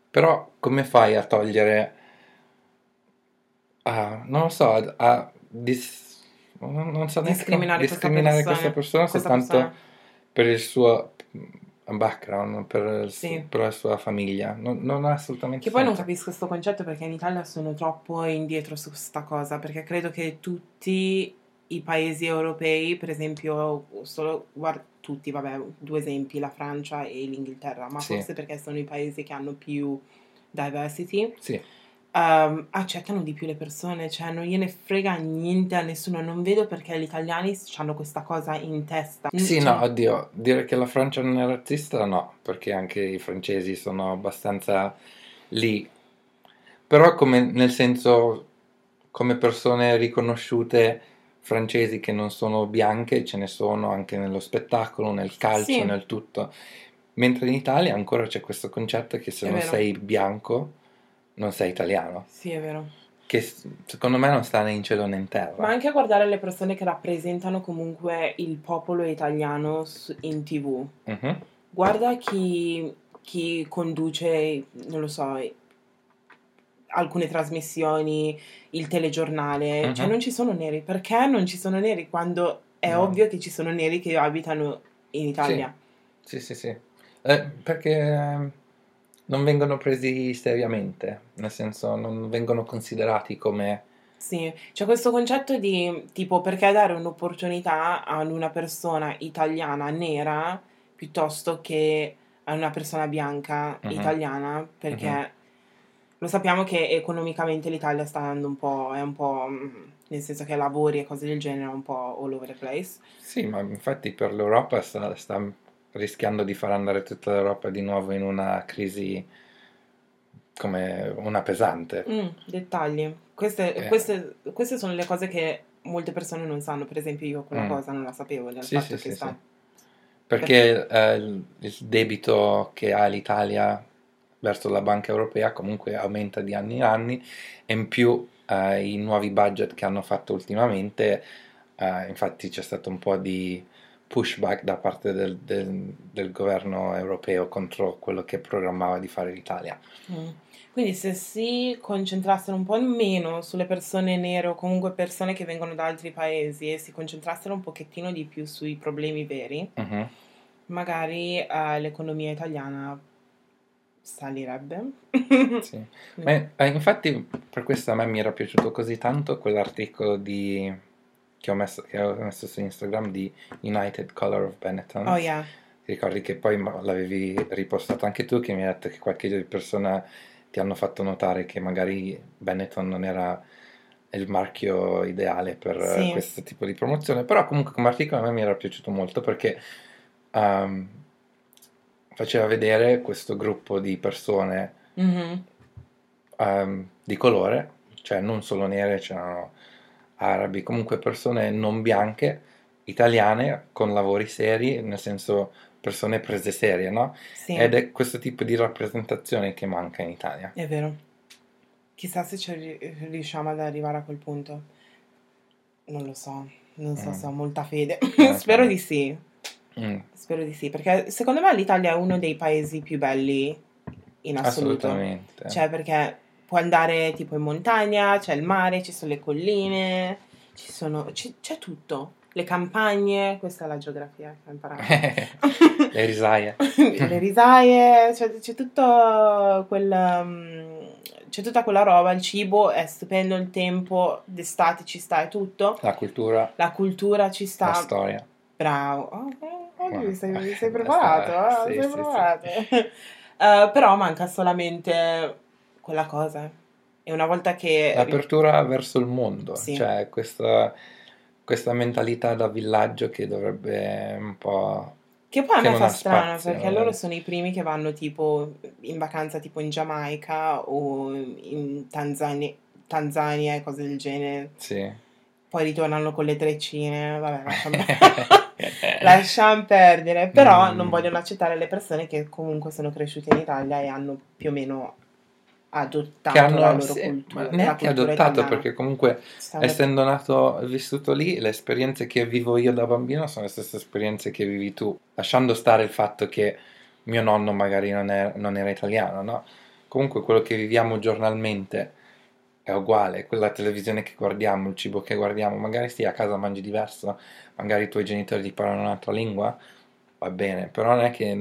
[SPEAKER 1] però come fai a togliere a- non lo so, a, a dis- non non so neanche come-
[SPEAKER 2] Discriminare questa
[SPEAKER 1] discriminare
[SPEAKER 2] persona-
[SPEAKER 1] questa persona
[SPEAKER 2] questa
[SPEAKER 1] soltanto
[SPEAKER 2] persona.
[SPEAKER 1] per il suo background, per, il su-
[SPEAKER 2] Sì.
[SPEAKER 1] per la sua famiglia. Non, non ha assolutamente
[SPEAKER 2] Che poi non
[SPEAKER 1] senso.
[SPEAKER 2] capisco questo concetto perché in Italia sono troppo indietro su sta cosa, perché credo che tutti i paesi europei, per esempio, solo guard- tutti, vabbè, due esempi, la Francia e l'Inghilterra, ma
[SPEAKER 1] Sì.
[SPEAKER 2] forse perché sono i paesi che hanno più diversity,
[SPEAKER 1] Sì,
[SPEAKER 2] ehm, accettano di più le persone, cioè non gliene frega niente a nessuno, non vedo perché gli italiani hanno questa cosa in testa.
[SPEAKER 1] Sì,
[SPEAKER 2] Cioè,
[SPEAKER 1] no, oddio, dire che la Francia non è razzista no, perché anche i francesi sono abbastanza lì. Però come, nel senso, come persone riconosciute francesi che non sono bianche, ce ne sono anche nello spettacolo, nel calcio,
[SPEAKER 2] Sì.
[SPEAKER 1] nel tutto. Mentre in Italia ancora c'è questo concetto che se
[SPEAKER 2] È
[SPEAKER 1] non
[SPEAKER 2] vero.
[SPEAKER 1] sei bianco non sei italiano,
[SPEAKER 2] Sì, è vero.
[SPEAKER 1] che s- secondo me non sta né in cielo né in terra.
[SPEAKER 2] Ma anche a guardare le persone che rappresentano comunque il popolo italiano su- in tv.
[SPEAKER 1] Mhm.
[SPEAKER 2] Guarda chi, chi conduce, non lo so, alcune trasmissioni, il telegiornale. Cioè
[SPEAKER 1] Mhm.
[SPEAKER 2] non ci sono neri. Perché non ci sono neri quando è
[SPEAKER 1] No.
[SPEAKER 2] ovvio che ci sono neri che abitano in Italia?
[SPEAKER 1] Sì, sì, sì. Eh, perché ehm, non vengono presi seriamente, nel senso non vengono considerati come...
[SPEAKER 2] Sì, c'è questo concetto di tipo perché dare un'opportunità ad una persona italiana nera piuttosto che a una persona bianca
[SPEAKER 1] Mhm.
[SPEAKER 2] italiana, perché
[SPEAKER 1] Mhm.
[SPEAKER 2] lo sappiamo che economicamente l'Italia sta andando un po', è un po', mm, nel senso che lavori e cose del genere, un po' all over the place.
[SPEAKER 1] Sì, ma infatti per l'Europa sta, sta rischiando di far andare tutta l'Europa di nuovo in una crisi come una pesante.
[SPEAKER 2] Mm, dettagli. Queste,
[SPEAKER 1] Eh.
[SPEAKER 2] queste- queste sono le cose che molte persone non sanno, per esempio io quella
[SPEAKER 1] Mm.
[SPEAKER 2] cosa non la sapevo, del
[SPEAKER 1] Sì,
[SPEAKER 2] fatto
[SPEAKER 1] sì,
[SPEAKER 2] che
[SPEAKER 1] sì,
[SPEAKER 2] sta...
[SPEAKER 1] sì. Perché eh, il il debito che ha l'Italia verso la Banca Europea comunque aumenta di anni in anni e in più eh, i nuovi budget che hanno fatto ultimamente, eh, infatti c'è stato un po' di pushback da parte del, del- del governo europeo contro quello che programmava di fare l'Italia.
[SPEAKER 2] Mm. Quindi se si concentrassero un po' meno sulle persone nere o comunque persone che vengono da altri paesi e si concentrassero un pochettino di più sui problemi veri,
[SPEAKER 1] Mhm.
[SPEAKER 2] magari eh, l'economia italiana salirebbe.
[SPEAKER 1] Sì. [LAUGHS] Ma, eh, infatti per questo a me mi era piaciuto così tanto quell'articolo di- che, ho messo, che ho messo su Instagram di United Color of Benetton.
[SPEAKER 2] [LAUGHS] Oh yeah.
[SPEAKER 1] Ti ricordi che poi ma- l'avevi ripostato anche tu, che mi hai detto che qualche persona ti hanno fatto notare che magari Benetton non era il marchio ideale per eh,
[SPEAKER 2] Sì.
[SPEAKER 1] questo tipo di promozione, però comunque come articolo a me mi era piaciuto molto perché ehm, faceva vedere questo gruppo di persone
[SPEAKER 2] Mhm.
[SPEAKER 1] ehm, di colore, cioè non solo nere, c'erano arabi, comunque persone non bianche, italiane, con lavori seri, nel senso persone prese serie, no?
[SPEAKER 2] Sì,
[SPEAKER 1] Ed è questo tipo di rappresentazione che manca in Italia.
[SPEAKER 2] è vero. Chissà se ci ri- riusciamo ad arrivare a quel punto. Non lo so, non so
[SPEAKER 1] Mm.
[SPEAKER 2] se ho molta
[SPEAKER 1] Eh,
[SPEAKER 2] fede. [LAUGHS] [LAUGHS] Spero
[SPEAKER 1] sì.
[SPEAKER 2] di sì.
[SPEAKER 1] Mm,
[SPEAKER 2] Spero di sì, perché secondo me l'Italia è uno dei paesi più belli in assoluto.
[SPEAKER 1] assolutamente.
[SPEAKER 2] Cioè, [LAUGHS] perché puoi andare tipo in montagna, c'è il mare, ci sono le colline, ci sono, ci- c'è tutto. Le campagne, questa è la geografia che ho imparato.
[SPEAKER 1] [LAUGHS] [LAUGHS] Le risaie.
[SPEAKER 2] [LAUGHS] le risaie, cioè, c'è tutto quel. um, c'è tutta quella roba, il cibo è stupendo, il tempo d'estate ci sta e tutto,
[SPEAKER 1] La cultura,
[SPEAKER 2] la cultura ci sta.
[SPEAKER 1] la storia.
[SPEAKER 2] Bravo, Oh, oh, oggi
[SPEAKER 1] [LAUGHS]
[SPEAKER 2] sei, sei
[SPEAKER 1] Ah,
[SPEAKER 2] preparato,
[SPEAKER 1] sì,
[SPEAKER 2] eh? sei
[SPEAKER 1] sì, sì.
[SPEAKER 2] preparato. [LAUGHS] Eh, però manca solamente quella cosa. E una volta che...
[SPEAKER 1] L'apertura verso il mondo,
[SPEAKER 2] Eh, Sì.
[SPEAKER 1] cioè questa, questa mentalità da villaggio che dovrebbe un po'...
[SPEAKER 2] Che poi a
[SPEAKER 1] che
[SPEAKER 2] me
[SPEAKER 1] non
[SPEAKER 2] fa
[SPEAKER 1] ha
[SPEAKER 2] strano
[SPEAKER 1] spazio,
[SPEAKER 2] perché
[SPEAKER 1] eh.
[SPEAKER 2] loro sono i primi che vanno tipo in vacanza tipo in Giamaica o in Tanzania, Tanzania e cose del genere.
[SPEAKER 1] Sì.
[SPEAKER 2] Poi ritornano con le treccine,
[SPEAKER 1] [LAUGHS]
[SPEAKER 2] vabbè, lasciamo, [LAUGHS] lasciamo perdere. Però
[SPEAKER 1] Mm.
[SPEAKER 2] non vogliono accettare le persone che comunque sono cresciute in Italia e hanno più o meno adottato
[SPEAKER 1] che hanno
[SPEAKER 2] la loro
[SPEAKER 1] sì,
[SPEAKER 2] cultura.
[SPEAKER 1] ma
[SPEAKER 2] la
[SPEAKER 1] neanche
[SPEAKER 2] cultura
[SPEAKER 1] adottato
[SPEAKER 2] italiana.
[SPEAKER 1] perché comunque
[SPEAKER 2] Stanno-
[SPEAKER 1] essendo nato e vissuto lì le esperienze che vivo io da bambino sono le stesse esperienze che vivi tu lasciando stare il fatto che mio nonno magari non, è- non era italiano no? comunque quello che viviamo giornalmente è uguale, quella televisione che guardiamo, il cibo che guardiamo, magari sì, a casa mangi diverso, magari i tuoi genitori ti parlano un'altra lingua, va bene, però non è che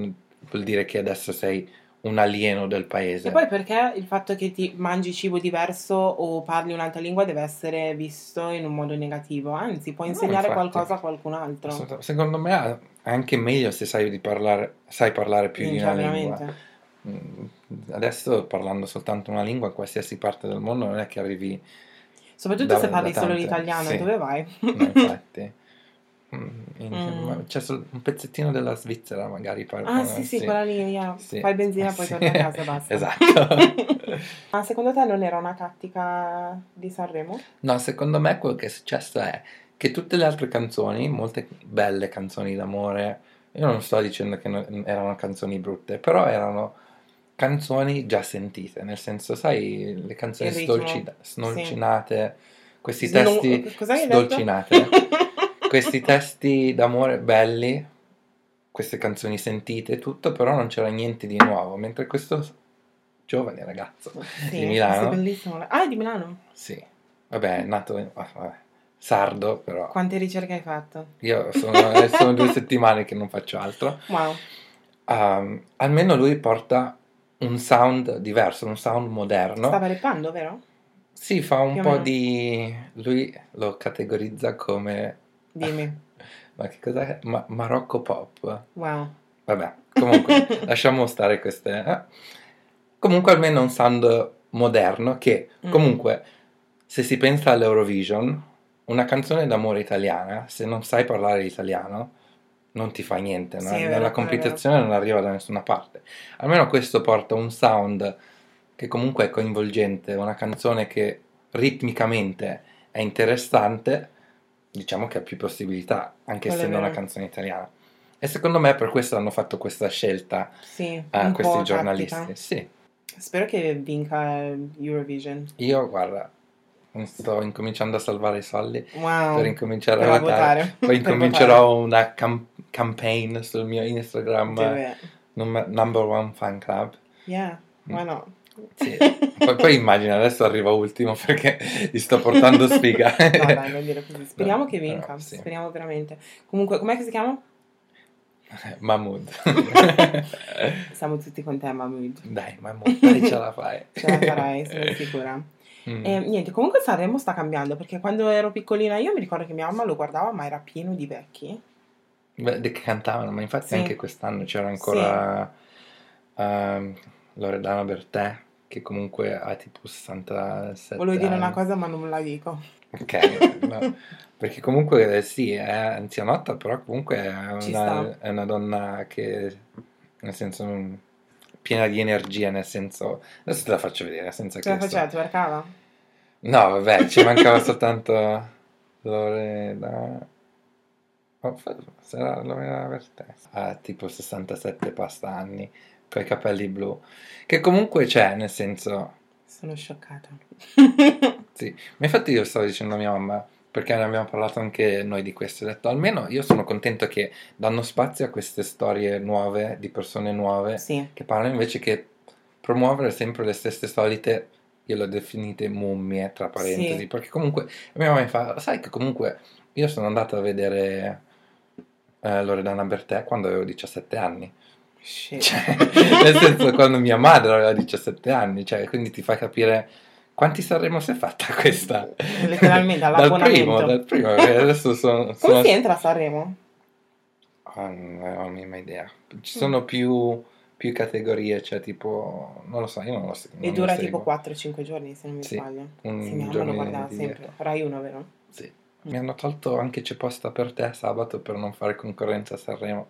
[SPEAKER 1] vuol dire che adesso sei un alieno del paese.
[SPEAKER 2] E poi perché il fatto che ti mangi cibo diverso o parli un'altra lingua deve essere visto in un modo negativo, anzi può
[SPEAKER 1] No,
[SPEAKER 2] insegnare
[SPEAKER 1] infatti.
[SPEAKER 2] qualcosa a qualcun altro.
[SPEAKER 1] Assolutamente. Secondo me è anche meglio se sai, di parlare, sai parlare più di
[SPEAKER 2] Minchia,
[SPEAKER 1] una lingua.
[SPEAKER 2] veramente.
[SPEAKER 1] Mm, Adesso parlando soltanto una lingua in qualsiasi parte del mondo non è che
[SPEAKER 2] [LAUGHS]
[SPEAKER 1] arrivi,
[SPEAKER 2] Soprattutto
[SPEAKER 1] Da-
[SPEAKER 2] se
[SPEAKER 1] da
[SPEAKER 2] parli solo
[SPEAKER 1] tante,
[SPEAKER 2] l'italiano,
[SPEAKER 1] sì.
[SPEAKER 2] dove vai?
[SPEAKER 1] no, infatti. Mm, in-
[SPEAKER 2] Mm.
[SPEAKER 1] ma C'è sol- un pezzettino della Svizzera magari. par- eh,
[SPEAKER 2] Ah sì sì, quella linea,
[SPEAKER 1] Sì. Eh,
[SPEAKER 2] fai benzina
[SPEAKER 1] [LAUGHS]
[SPEAKER 2] poi
[SPEAKER 1] Sì.
[SPEAKER 2] torni a casa e basta.
[SPEAKER 1] Esatto.
[SPEAKER 2] [LAUGHS] Ma secondo te non era una tattica di Sanremo?
[SPEAKER 1] No, secondo me quello che è successo è che tutte le altre canzoni, molte belle canzoni d'amore, io non sto dicendo che non- erano canzoni brutte, però erano canzoni già sentite, nel senso, sai, le canzoni
[SPEAKER 2] Il ritmo,
[SPEAKER 1] snolcina- snolcinate, questi
[SPEAKER 2] Snu-
[SPEAKER 1] testi
[SPEAKER 2] cosa hai eh, detto?
[SPEAKER 1] sdolcinate, questi testi d'amore belli, queste canzoni sentite, e tutto, però non c'era niente di nuovo, mentre questo giovane ragazzo
[SPEAKER 2] [LAUGHS] Sì,
[SPEAKER 1] di Milano.
[SPEAKER 2] questo è bellissimo. Ah, è di Milano.
[SPEAKER 1] sì, vabbè, è nato in- ah, vabbè, sardo, però
[SPEAKER 2] Quante ricerche hai fatto?
[SPEAKER 1] io sono, eh, sono due settimane che non faccio altro.
[SPEAKER 2] Wow.
[SPEAKER 1] Um, almeno lui porta un sound diverso, un sound moderno.
[SPEAKER 2] Stava reppando, vero?
[SPEAKER 1] Sì, fa un
[SPEAKER 2] più o
[SPEAKER 1] po'
[SPEAKER 2] meno.
[SPEAKER 1] di... lui lo categorizza come...
[SPEAKER 2] Dimmi.
[SPEAKER 1] [LAUGHS] ma che cos'è? Ma- Marocco pop.
[SPEAKER 2] Wow.
[SPEAKER 1] Vabbè, comunque,
[SPEAKER 2] [LAUGHS]
[SPEAKER 1] lasciamo stare queste. eh. Comunque, almeno un sound moderno che,
[SPEAKER 2] Mm.
[SPEAKER 1] comunque, se si pensa all'Eurovision, una canzone d'amore italiana, se non sai parlare italiano, non ti fa niente, no?
[SPEAKER 2] Sì, è vero, quello
[SPEAKER 1] nella
[SPEAKER 2] è
[SPEAKER 1] competizione non arriva da nessuna parte. Almeno questo porta un sound che comunque è coinvolgente, una canzone che ritmicamente è interessante, diciamo che ha più possibilità, anche
[SPEAKER 2] Quello è
[SPEAKER 1] essendo una
[SPEAKER 2] vero.
[SPEAKER 1] canzone italiana. E secondo me per questo hanno fatto questa scelta
[SPEAKER 2] Sì,
[SPEAKER 1] a
[SPEAKER 2] un po'
[SPEAKER 1] Ah, questi
[SPEAKER 2] tattica.
[SPEAKER 1] giornalisti. Sì,
[SPEAKER 2] Spero che vinca Eurovision.
[SPEAKER 1] io guarda, sto incominciando a salvare i soldi
[SPEAKER 2] Wow.
[SPEAKER 1] per incominciare
[SPEAKER 2] Per
[SPEAKER 1] a votare. [LAUGHS] Poi
[SPEAKER 2] [LAUGHS] Per
[SPEAKER 1] incomincerò una cam- campaign sul mio Instagram,
[SPEAKER 2] votare. Do it.
[SPEAKER 1] num- number one fan club.
[SPEAKER 2] Yeah, why not? [LAUGHS]
[SPEAKER 1] Sì. Poi, poi immagino adesso arriva ultimo perché gli sto portando sfiga.
[SPEAKER 2] [LAUGHS] No, dai, non dire così. Speriamo
[SPEAKER 1] No,
[SPEAKER 2] che
[SPEAKER 1] però,
[SPEAKER 2] vinca.
[SPEAKER 1] sì.
[SPEAKER 2] Speriamo veramente. Comunque, com'è che si chiama?
[SPEAKER 1] [LAUGHS] Mahmood.
[SPEAKER 2] [LAUGHS] Siamo tutti con te, Mahmood.
[SPEAKER 1] dai, Mahmood, dai, ce la fai.
[SPEAKER 2] [LAUGHS] Ce
[SPEAKER 1] [LAUGHS]
[SPEAKER 2] la farai, Ehm, sono sicura.
[SPEAKER 1] Eh. Mm.
[SPEAKER 2] E, niente, comunque Sanremo sta cambiando perché quando ero piccolina io mi ricordo che mia mamma lo guardava ma era pieno di vecchi.
[SPEAKER 1] Beh, che cantavano, ma infatti
[SPEAKER 2] Sì.
[SPEAKER 1] anche quest'anno c'era ancora ehm, Loredana Bertè, che comunque ha tipo 67
[SPEAKER 2] Volevo dire una
[SPEAKER 1] anni.
[SPEAKER 2] cosa ma non la dico. [LAUGHS]
[SPEAKER 1] Ok, Eh, [LAUGHS] no, perché comunque eh, sì, è anzianotta, però comunque è
[SPEAKER 2] Ci
[SPEAKER 1] una, è una donna che, nel senso, non- piena di energia, nel senso... Adesso te la faccio vedere, senza
[SPEAKER 2] Ce la
[SPEAKER 1] che... sto-
[SPEAKER 2] faceva, twerkava?
[SPEAKER 1] No, vabbè, ci mancava soltanto Loredana. Oh, fa- sarà Loredana Bertè. Ha tipo 67 pasta anni, con i capelli blu. Che comunque c'è, nel senso...
[SPEAKER 2] Sono scioccata.
[SPEAKER 1] Eh. Ma infatti io stavo dicendo a mia mamma, perché ne abbiamo parlato anche noi di questo, ho detto almeno io sono contento che danno spazio a queste storie nuove, di persone nuove,
[SPEAKER 2] sì,
[SPEAKER 1] che parlano invece che promuovere sempre le stesse solite, io le ho definite mummie, tra parentesi,
[SPEAKER 2] Sì.
[SPEAKER 1] perché comunque mia mamma mi fa, sai che comunque io sono andata a vedere eh, Loredana Bertè quando avevo 17 anni, [LAUGHS]
[SPEAKER 2] shit.
[SPEAKER 1] Cioè, nel
[SPEAKER 2] [LAUGHS]
[SPEAKER 1] senso quando mia madre aveva 17 anni, cioè, quindi ti fa capire quanti Sanremo si è fatta questa.
[SPEAKER 2] Letteralmente
[SPEAKER 1] Dal primo,
[SPEAKER 2] all'abbonamento.
[SPEAKER 1] dal primo, perché adesso sono... sono-
[SPEAKER 2] Come si entra a Sanremo?
[SPEAKER 1] Ah, non ho minima idea.
[SPEAKER 2] Mm.
[SPEAKER 1] Ci sono più, più categorie, cioè tipo, non lo so, io non lo so.
[SPEAKER 2] E dura tipo 4-5 giorni se non mi
[SPEAKER 1] Sì,
[SPEAKER 2] sbaglio.
[SPEAKER 1] un
[SPEAKER 2] Sì, mia mamma
[SPEAKER 1] giorno
[SPEAKER 2] lo
[SPEAKER 1] di-
[SPEAKER 2] guardava
[SPEAKER 1] di
[SPEAKER 2] sempre. Rai 1, vero?
[SPEAKER 1] Sì. Mi hanno tolto anche C'è posta per te sabato per non fare concorrenza a Sanremo.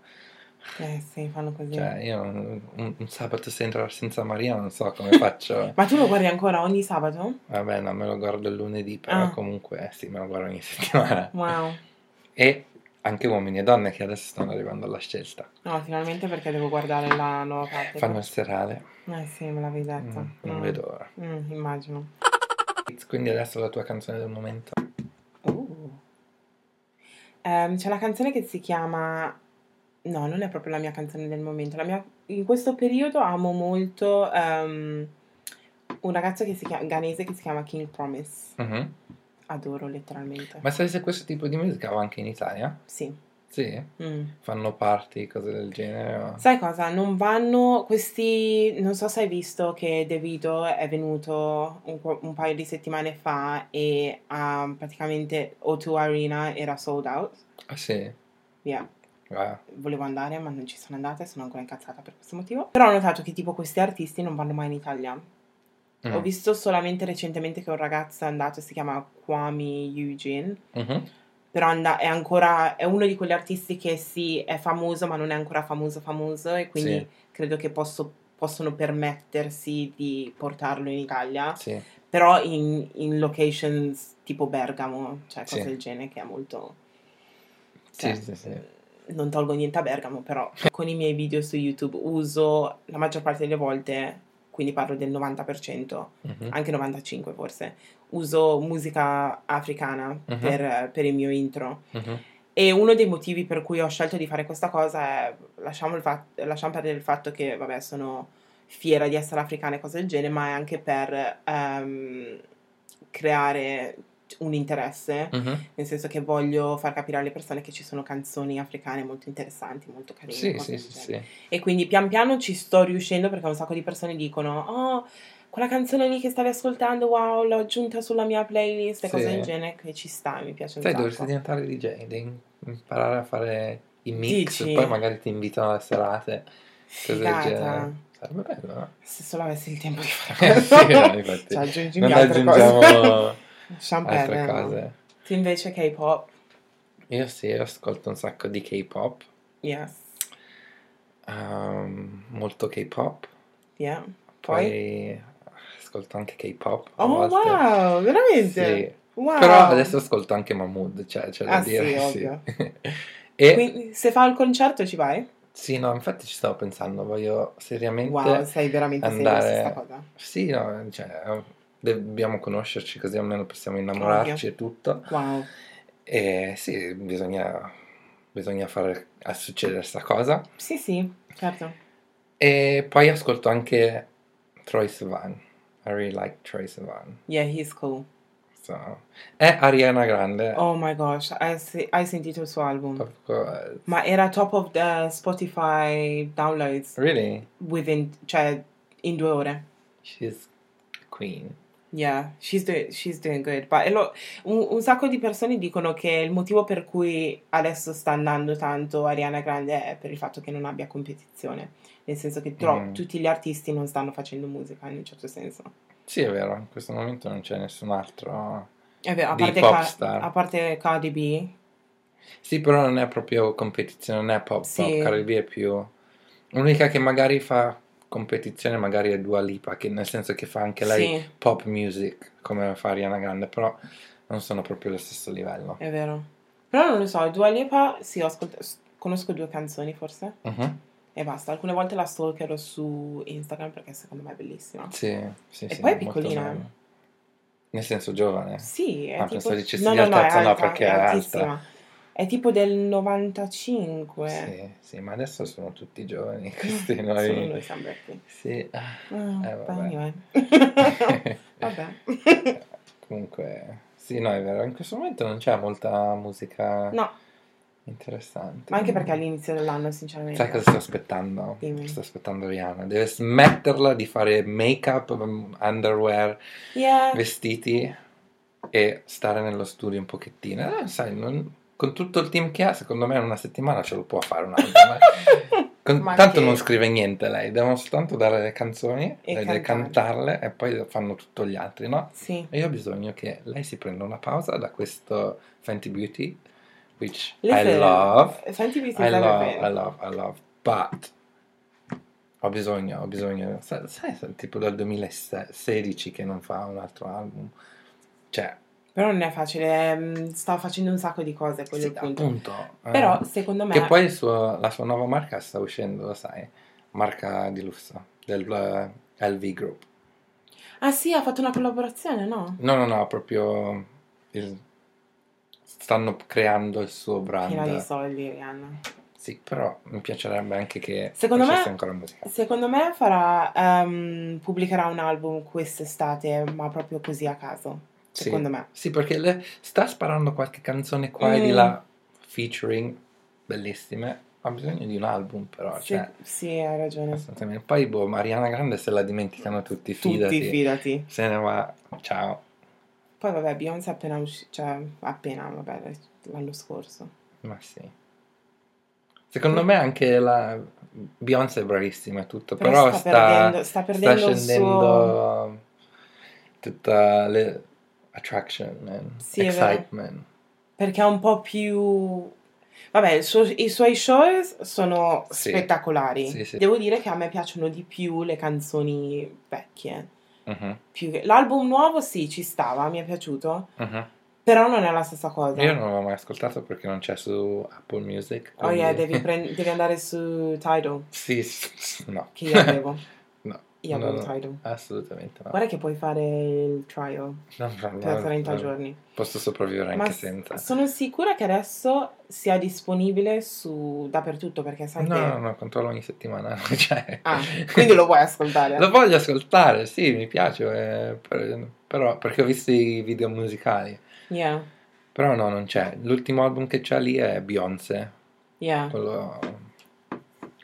[SPEAKER 2] Eh sì, fanno così.
[SPEAKER 1] Cioè, io non- un, un sabato senza, senza Maria non so
[SPEAKER 2] [LAUGHS]
[SPEAKER 1] come faccio.
[SPEAKER 2] Ma tu lo guardi ancora ogni sabato?
[SPEAKER 1] Vabbè, no, me lo guardo il lunedì, però
[SPEAKER 2] Ah.
[SPEAKER 1] comunque eh, sì, me lo guardo ogni [LAUGHS] settimana.
[SPEAKER 2] Wow.
[SPEAKER 1] E anche uomini e donne che adesso stanno arrivando alla scelta.
[SPEAKER 2] No, finalmente perché devo guardare la nuova parte.
[SPEAKER 1] Fanno il serale.
[SPEAKER 2] Eh sì, me l'avevi
[SPEAKER 1] Mm,
[SPEAKER 2] detto.
[SPEAKER 1] non
[SPEAKER 2] Mm.
[SPEAKER 1] vedo ora.
[SPEAKER 2] Mm, immagino.
[SPEAKER 1] Quindi adesso la tua canzone del momento.
[SPEAKER 2] Uh. Ehm, c'è una canzone che si chiama... No, non è proprio la mia canzone del momento. La mia... In questo periodo amo molto ehm, un ragazzo che si chiama, ghanese che si chiama King Promise.
[SPEAKER 1] Mhm.
[SPEAKER 2] Adoro letteralmente.
[SPEAKER 1] Ma sai se questo tipo di musica va anche in Italia?
[SPEAKER 2] Sì.
[SPEAKER 1] Sì,
[SPEAKER 2] Mm.
[SPEAKER 1] fanno party, cose del genere. ma-
[SPEAKER 2] Sai cosa? Non vanno questi. Non so se hai visto che De Vito è venuto un, po- un paio di settimane fa e um, praticamente O2 Arena era sold out.
[SPEAKER 1] Ah sì,
[SPEAKER 2] Via.
[SPEAKER 1] wow.
[SPEAKER 2] Volevo andare, ma non ci sono andata e sono ancora incazzata per questo motivo. Però ho notato che tipo questi artisti non vanno mai in Italia.
[SPEAKER 1] Mm.
[SPEAKER 2] Ho visto solamente recentemente che un ragazzo è andato, si chiama Kwame Eugene.
[SPEAKER 1] Mhm.
[SPEAKER 2] Però anda- è ancora è uno di quegli artisti che sì, è famoso, ma non è ancora famoso famoso e quindi
[SPEAKER 1] Sì.
[SPEAKER 2] credo che posso- possono permettersi di portarlo in Italia,
[SPEAKER 1] Sì.
[SPEAKER 2] però in, in locations tipo Bergamo, cioè cose
[SPEAKER 1] Sì.
[SPEAKER 2] del genere che è molto
[SPEAKER 1] Sì,
[SPEAKER 2] cioè,
[SPEAKER 1] sì, sì.
[SPEAKER 2] non tolgo niente a Bergamo, però [LAUGHS] con i miei video su YouTube uso la maggior parte delle volte, quindi parlo del 90%,
[SPEAKER 1] Mhm.
[SPEAKER 2] anche 95 forse, uso musica africana
[SPEAKER 1] Mhm.
[SPEAKER 2] per- per il mio intro.
[SPEAKER 1] Mhm.
[SPEAKER 2] E uno dei motivi per cui ho scelto di fare questa cosa è, lasciamo, il fat- lasciamo perdere il fatto che, vabbè, sono fiera di essere africana e cose del genere, ma è anche per ehm, creare un interesse,
[SPEAKER 1] Mhm.
[SPEAKER 2] nel senso che voglio far capire alle persone che ci sono canzoni africane molto interessanti, molto carine.
[SPEAKER 1] Sì,
[SPEAKER 2] cose
[SPEAKER 1] sì,
[SPEAKER 2] del
[SPEAKER 1] sì,
[SPEAKER 2] genere.
[SPEAKER 1] sì.
[SPEAKER 2] E quindi pian piano ci sto riuscendo perché un sacco di persone dicono: Oh, quella canzone lì che stavi ascoltando, wow, l'ho aggiunta sulla mia playlist e
[SPEAKER 1] Sì.
[SPEAKER 2] cose del genere, che ci sta, mi piace un
[SPEAKER 1] Sai,
[SPEAKER 2] sacco.
[SPEAKER 1] dovresti diventare DJ, devi imparare a fare i mix,
[SPEAKER 2] Dici?
[SPEAKER 1] poi magari ti invitano alle serate, cose del
[SPEAKER 2] Figata.
[SPEAKER 1] genere. Sarebbe bello, no?
[SPEAKER 2] Se solo avessi il tempo di fare
[SPEAKER 1] [LAUGHS] Eh,
[SPEAKER 2] questo.
[SPEAKER 1] sì, no, infatti.
[SPEAKER 2] Cioè, aggiungimi
[SPEAKER 1] Non
[SPEAKER 2] altre
[SPEAKER 1] aggiungiamo
[SPEAKER 2] [LAUGHS] cose. Lasciamo
[SPEAKER 1] altre
[SPEAKER 2] perdere, no?
[SPEAKER 1] cose.
[SPEAKER 2] Tu invece K-pop,
[SPEAKER 1] Io sì, io ascolto un sacco di K-pop,
[SPEAKER 2] yes,
[SPEAKER 1] ehm, molto K-pop,
[SPEAKER 2] yeah.
[SPEAKER 1] poi,
[SPEAKER 2] Poi?
[SPEAKER 1] ascolto anche K-pop a
[SPEAKER 2] Oh,
[SPEAKER 1] volte.
[SPEAKER 2] wow, veramente?
[SPEAKER 1] Sì.
[SPEAKER 2] Wow.
[SPEAKER 1] Però adesso ascolto anche Mahmood, cioè, c'è da
[SPEAKER 2] Ah, sì,
[SPEAKER 1] dire, [LAUGHS]
[SPEAKER 2] ovvio.
[SPEAKER 1] e
[SPEAKER 2] Quindi, se fa il concerto ci vai?
[SPEAKER 1] sì, no, infatti ci stavo pensando, voglio seriamente...
[SPEAKER 2] Wow, sei veramente
[SPEAKER 1] andare-
[SPEAKER 2] serio su questa cosa.
[SPEAKER 1] Sì, no, cioè, dobbiamo conoscerci così almeno possiamo innamorarci e tutto.
[SPEAKER 2] Wow,
[SPEAKER 1] E sì, bisogna, bisogna fare a succedere sta cosa.
[SPEAKER 2] sì sì, certo.
[SPEAKER 1] E poi ascolto anche Troy Sivan. I really like Troy Sivan.
[SPEAKER 2] Yeah, he's cool.
[SPEAKER 1] So. E Ariana Grande.
[SPEAKER 2] Oh my gosh, hai, se- hai sentito il suo album?
[SPEAKER 1] Of course.
[SPEAKER 2] Ma era top of the Spotify downloads
[SPEAKER 1] Really?
[SPEAKER 2] within, cioè, in due ore.
[SPEAKER 1] She's queen.
[SPEAKER 2] Yeah, she's doing, she's doing good. But, e lo- un, un sacco di persone dicono che il motivo per cui adesso sta andando tanto Ariana Grande è per il fatto che non abbia competizione. Nel senso che tro-
[SPEAKER 1] Mm.
[SPEAKER 2] tutti gli artisti non stanno facendo musica in un certo senso.
[SPEAKER 1] Sì, è vero, in questo momento non c'è nessun altro.
[SPEAKER 2] È vero, a
[SPEAKER 1] Di
[SPEAKER 2] parte,
[SPEAKER 1] pop
[SPEAKER 2] Ca-
[SPEAKER 1] star.
[SPEAKER 2] a parte Cardi B,
[SPEAKER 1] Sì, però non è proprio competizione, non è pop,
[SPEAKER 2] Sì.
[SPEAKER 1] pop, Caribbean è più... L'unica che magari fa competizione magari è Dua Lipa, che nel senso che fa anche lei
[SPEAKER 2] sì,
[SPEAKER 1] pop music, come fa Ariana Grande, però non sono proprio allo stesso livello.
[SPEAKER 2] è vero. Però non lo so, Dua Lipa, sì, ho ascolt- s- conosco due canzoni forse
[SPEAKER 1] Mhm.
[SPEAKER 2] e basta. Alcune volte la stalkerò su Instagram perché secondo me è bellissima.
[SPEAKER 1] Sì, sì,
[SPEAKER 2] E
[SPEAKER 1] sì,
[SPEAKER 2] poi è
[SPEAKER 1] molto
[SPEAKER 2] piccolina.
[SPEAKER 1] bella. Nel senso giovane.
[SPEAKER 2] Sì, è
[SPEAKER 1] Ah,
[SPEAKER 2] tipo...
[SPEAKER 1] pensavo dicessi
[SPEAKER 2] no,
[SPEAKER 1] di
[SPEAKER 2] no, no, è
[SPEAKER 1] altezza, no,
[SPEAKER 2] alta,
[SPEAKER 1] perché
[SPEAKER 2] è
[SPEAKER 1] è alta.
[SPEAKER 2] altissima. È tipo del 95.
[SPEAKER 1] Sì, sì, ma adesso sono tutti giovani, questi
[SPEAKER 2] Solo
[SPEAKER 1] noi...
[SPEAKER 2] Eh. noi siamo vecchi. [LAUGHS]
[SPEAKER 1] Sì. [LAUGHS] ah,
[SPEAKER 2] Ah,
[SPEAKER 1] Eh, vabbè.
[SPEAKER 2] anyway.
[SPEAKER 1] [LAUGHS]
[SPEAKER 2] vabbè.
[SPEAKER 1] Comunque, sì, no, è vero, in questo momento non c'è molta musica
[SPEAKER 2] No.
[SPEAKER 1] interessante.
[SPEAKER 2] Ma anche perché all'inizio dell'anno, sinceramente.
[SPEAKER 1] Sai cosa sto aspettando?
[SPEAKER 2] Dimmi.
[SPEAKER 1] Sto aspettando Rihanna. Deve smetterla di fare make-up, um, underwear,
[SPEAKER 2] Yeah. [LAUGHS]
[SPEAKER 1] vestiti e stare nello studio un pochettino. Eh, sai, non- con tutto il team che ha, secondo me in una settimana ce lo può fare un
[SPEAKER 2] [LAUGHS]
[SPEAKER 1] album. eh. Con-
[SPEAKER 2] Ma
[SPEAKER 1] tanto
[SPEAKER 2] che-
[SPEAKER 1] non scrive niente lei, devono soltanto dare le canzoni,
[SPEAKER 2] E
[SPEAKER 1] deve cantarle e poi fanno tutto gli altri, no?
[SPEAKER 2] Sì.
[SPEAKER 1] E io ho bisogno che lei si prenda una pausa da questo Fenty Beauty, which I
[SPEAKER 2] Listen,
[SPEAKER 1] love,
[SPEAKER 2] Senti Beauty
[SPEAKER 1] I
[SPEAKER 2] is
[SPEAKER 1] love,
[SPEAKER 2] everything.
[SPEAKER 1] I love, I love, but ho bisogno, ho bisogno, sai, sai, sono tipo dal 2016 che non fa un altro album, cioè,
[SPEAKER 2] Però non è facile, ehm, sta facendo un sacco di cose, quello è
[SPEAKER 1] sì,
[SPEAKER 2] il punto.
[SPEAKER 1] appunto. eh,
[SPEAKER 2] Però secondo me...
[SPEAKER 1] che poi il suo- la sua nuova marca sta uscendo, lo sai, marca di lusso, del eh, LV Group.
[SPEAKER 2] Ah sì, ha fatto una collaborazione, no?
[SPEAKER 1] No, no, no, proprio il- stanno creando il suo brand.
[SPEAKER 2] Piena di soldi, Rihanna.
[SPEAKER 1] Sì, però mi piacerebbe anche che
[SPEAKER 2] Secondo me-
[SPEAKER 1] facesse ancora musica.
[SPEAKER 2] Secondo me farà, ehm, pubblicherà un album quest'estate, ma proprio così a caso.
[SPEAKER 1] Sì.
[SPEAKER 2] Secondo me.
[SPEAKER 1] Sì, perché le- sta sparando qualche canzone qua e di
[SPEAKER 2] Mm.
[SPEAKER 1] là, featuring, bellissime. Ha bisogno di un album, però.
[SPEAKER 2] Sì,
[SPEAKER 1] Cioè,
[SPEAKER 2] sì, hai ragione.
[SPEAKER 1] assolutamente. Poi, boh, Mariana Grande se la dimenticano tutti, fidati.
[SPEAKER 2] Tutti, fidati.
[SPEAKER 1] se ne va, ciao.
[SPEAKER 2] Poi vabbè, Beyoncé è appena uscita, cioè appena, vabbè, l'anno scorso.
[SPEAKER 1] Ma sì. Secondo me anche la Beyoncé è bravissima e tutto,
[SPEAKER 2] Però,
[SPEAKER 1] però,
[SPEAKER 2] sta,
[SPEAKER 1] sta,
[SPEAKER 2] perdendo, sta
[SPEAKER 1] sta
[SPEAKER 2] perdendo il suo...
[SPEAKER 1] scendendo tutta le attraction and
[SPEAKER 2] Sì, è vero.
[SPEAKER 1] excitement.
[SPEAKER 2] Perché è un po' più... Vabbè, il suo- i suoi show sono
[SPEAKER 1] Sì.
[SPEAKER 2] spettacolari.
[SPEAKER 1] Sì, sì.
[SPEAKER 2] Devo dire che a me piacciono di più le canzoni vecchie.
[SPEAKER 1] Mhm,
[SPEAKER 2] Più che- L'album nuovo sì, ci stava, mi è piaciuto,
[SPEAKER 1] mhm.
[SPEAKER 2] però non è la stessa cosa.
[SPEAKER 1] Io non l'ho mai ascoltato perché non c'è su Apple Music.
[SPEAKER 2] Oh yeah,
[SPEAKER 1] quindi-
[SPEAKER 2] devi, prend- devi andare su Tidal,
[SPEAKER 1] [LAUGHS] Sì, sì,
[SPEAKER 2] [LAUGHS]
[SPEAKER 1] no. [LAUGHS]
[SPEAKER 2] che io avevo.
[SPEAKER 1] No,
[SPEAKER 2] Io avevo
[SPEAKER 1] no, no.
[SPEAKER 2] Tidal.
[SPEAKER 1] Assolutamente no.
[SPEAKER 2] Guarda che puoi fare il trial
[SPEAKER 1] No, no,
[SPEAKER 2] per
[SPEAKER 1] no,
[SPEAKER 2] 30
[SPEAKER 1] no.
[SPEAKER 2] giorni.
[SPEAKER 1] Posso sopravvivere
[SPEAKER 2] Ma
[SPEAKER 1] anche
[SPEAKER 2] s-
[SPEAKER 1] senza.
[SPEAKER 2] sono sicura che adesso sia disponibile su dappertutto perché sai
[SPEAKER 1] No,
[SPEAKER 2] che...
[SPEAKER 1] no, no, controllo ogni settimana. [LAUGHS] Cioè...
[SPEAKER 2] Ah, quindi lo vuoi ascoltare?
[SPEAKER 1] Lo voglio ascoltare, sì, mi piace, eh, per- però perché ho visto i video musicali.
[SPEAKER 2] Yeah,
[SPEAKER 1] Però no, non c'è. L'ultimo album che c'ha lì è Beyoncé,
[SPEAKER 2] yeah.
[SPEAKER 1] quello,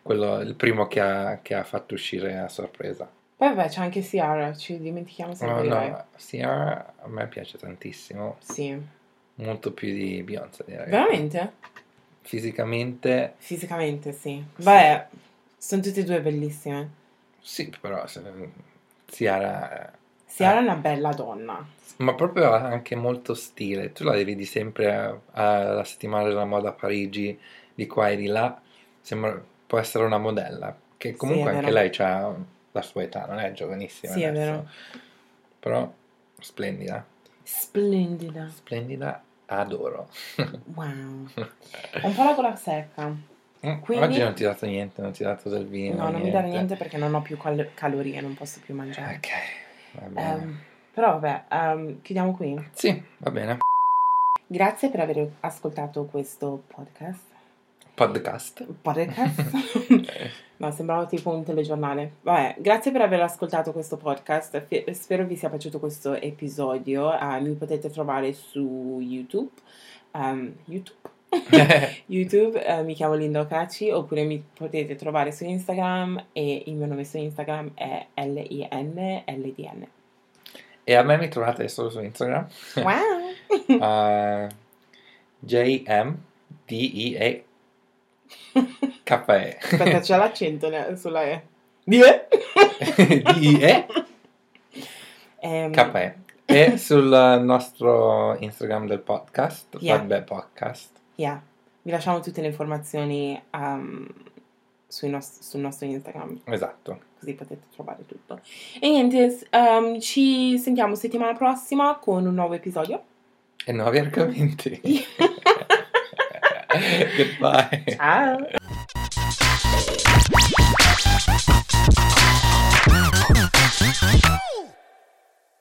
[SPEAKER 1] quello- il primo che ha, che ha fatto uscire a sorpresa.
[SPEAKER 2] Poi vabbè c'è anche Ciara, ci dimentichiamo sempre
[SPEAKER 1] Oh,
[SPEAKER 2] di lei.
[SPEAKER 1] no, Ciara a me piace tantissimo,
[SPEAKER 2] Sì.
[SPEAKER 1] Eh. molto più di Beyoncé direi.
[SPEAKER 2] Veramente?
[SPEAKER 1] Fisicamente
[SPEAKER 2] Fisicamente sì. Beh, sono tutte e due bellissime.
[SPEAKER 1] sì, però se, Ciara...
[SPEAKER 2] Ciara
[SPEAKER 1] Eh.
[SPEAKER 2] è una bella donna.
[SPEAKER 1] Ma proprio ha anche molto stile, tu la vedi sempre a- alla settimana della moda a Parigi, di qua e di là, sembra, può essere una modella, che comunque
[SPEAKER 2] è
[SPEAKER 1] anche
[SPEAKER 2] vero.
[SPEAKER 1] lei ha la sua età, non è giovanissima
[SPEAKER 2] Sì, è
[SPEAKER 1] adesso.
[SPEAKER 2] vero.
[SPEAKER 1] però splendida,
[SPEAKER 2] Splendida.
[SPEAKER 1] splendida, adoro. [LAUGHS]
[SPEAKER 2] Wow. Ho un po' la gola secca.
[SPEAKER 1] Mm,
[SPEAKER 2] Quindi-
[SPEAKER 1] Oggi non ti ho dato niente, non ti ho dato del vino,
[SPEAKER 2] No, non mi dare niente Ah, perché non ho più cal- calorie, non posso più mangiare.
[SPEAKER 1] Ok, va bene.
[SPEAKER 2] Ehm, però vabbè, ehm, chiudiamo qui.
[SPEAKER 1] Sì, va bene,
[SPEAKER 2] Grazie per aver ascoltato questo podcast.
[SPEAKER 1] podcast.
[SPEAKER 2] [LAUGHS] Podcast? no, sembrava tipo un telegiornale. Vabbè, grazie per aver ascoltato questo podcast. Fe- Spero vi sia piaciuto questo episodio. Eh, mi potete trovare su YouTube. Ehm, YouTube? [LAUGHS] YouTube, eh, mi chiamo Linda Ocacci, oppure mi potete trovare su Instagram e il mio nome su Instagram è
[SPEAKER 1] [LAUGHS]
[SPEAKER 2] L-I-N-L-D-N.
[SPEAKER 1] E a me mi trovate solo su Instagram.
[SPEAKER 2] Wow!
[SPEAKER 1] Uh, J-M-D-E-A K-E
[SPEAKER 2] Aspetta, c'è l'accento ne- sulla E. Di E?
[SPEAKER 1] D-E
[SPEAKER 2] Ehm,
[SPEAKER 1] K-E [LAUGHS] E sul nostro Instagram del podcast
[SPEAKER 2] Yeah.
[SPEAKER 1] Vabbè Podcast
[SPEAKER 2] yeah. Vi lasciamo tutte le informazioni um, sui nos- sul nostro Instagram,
[SPEAKER 1] Esatto
[SPEAKER 2] così potete trovare tutto. E niente, s- um, ci sentiamo settimana prossima con un nuovo episodio. [LAUGHS]
[SPEAKER 1] E nuovi [LAUGHS] argomenti Goodbye
[SPEAKER 2] Ciao!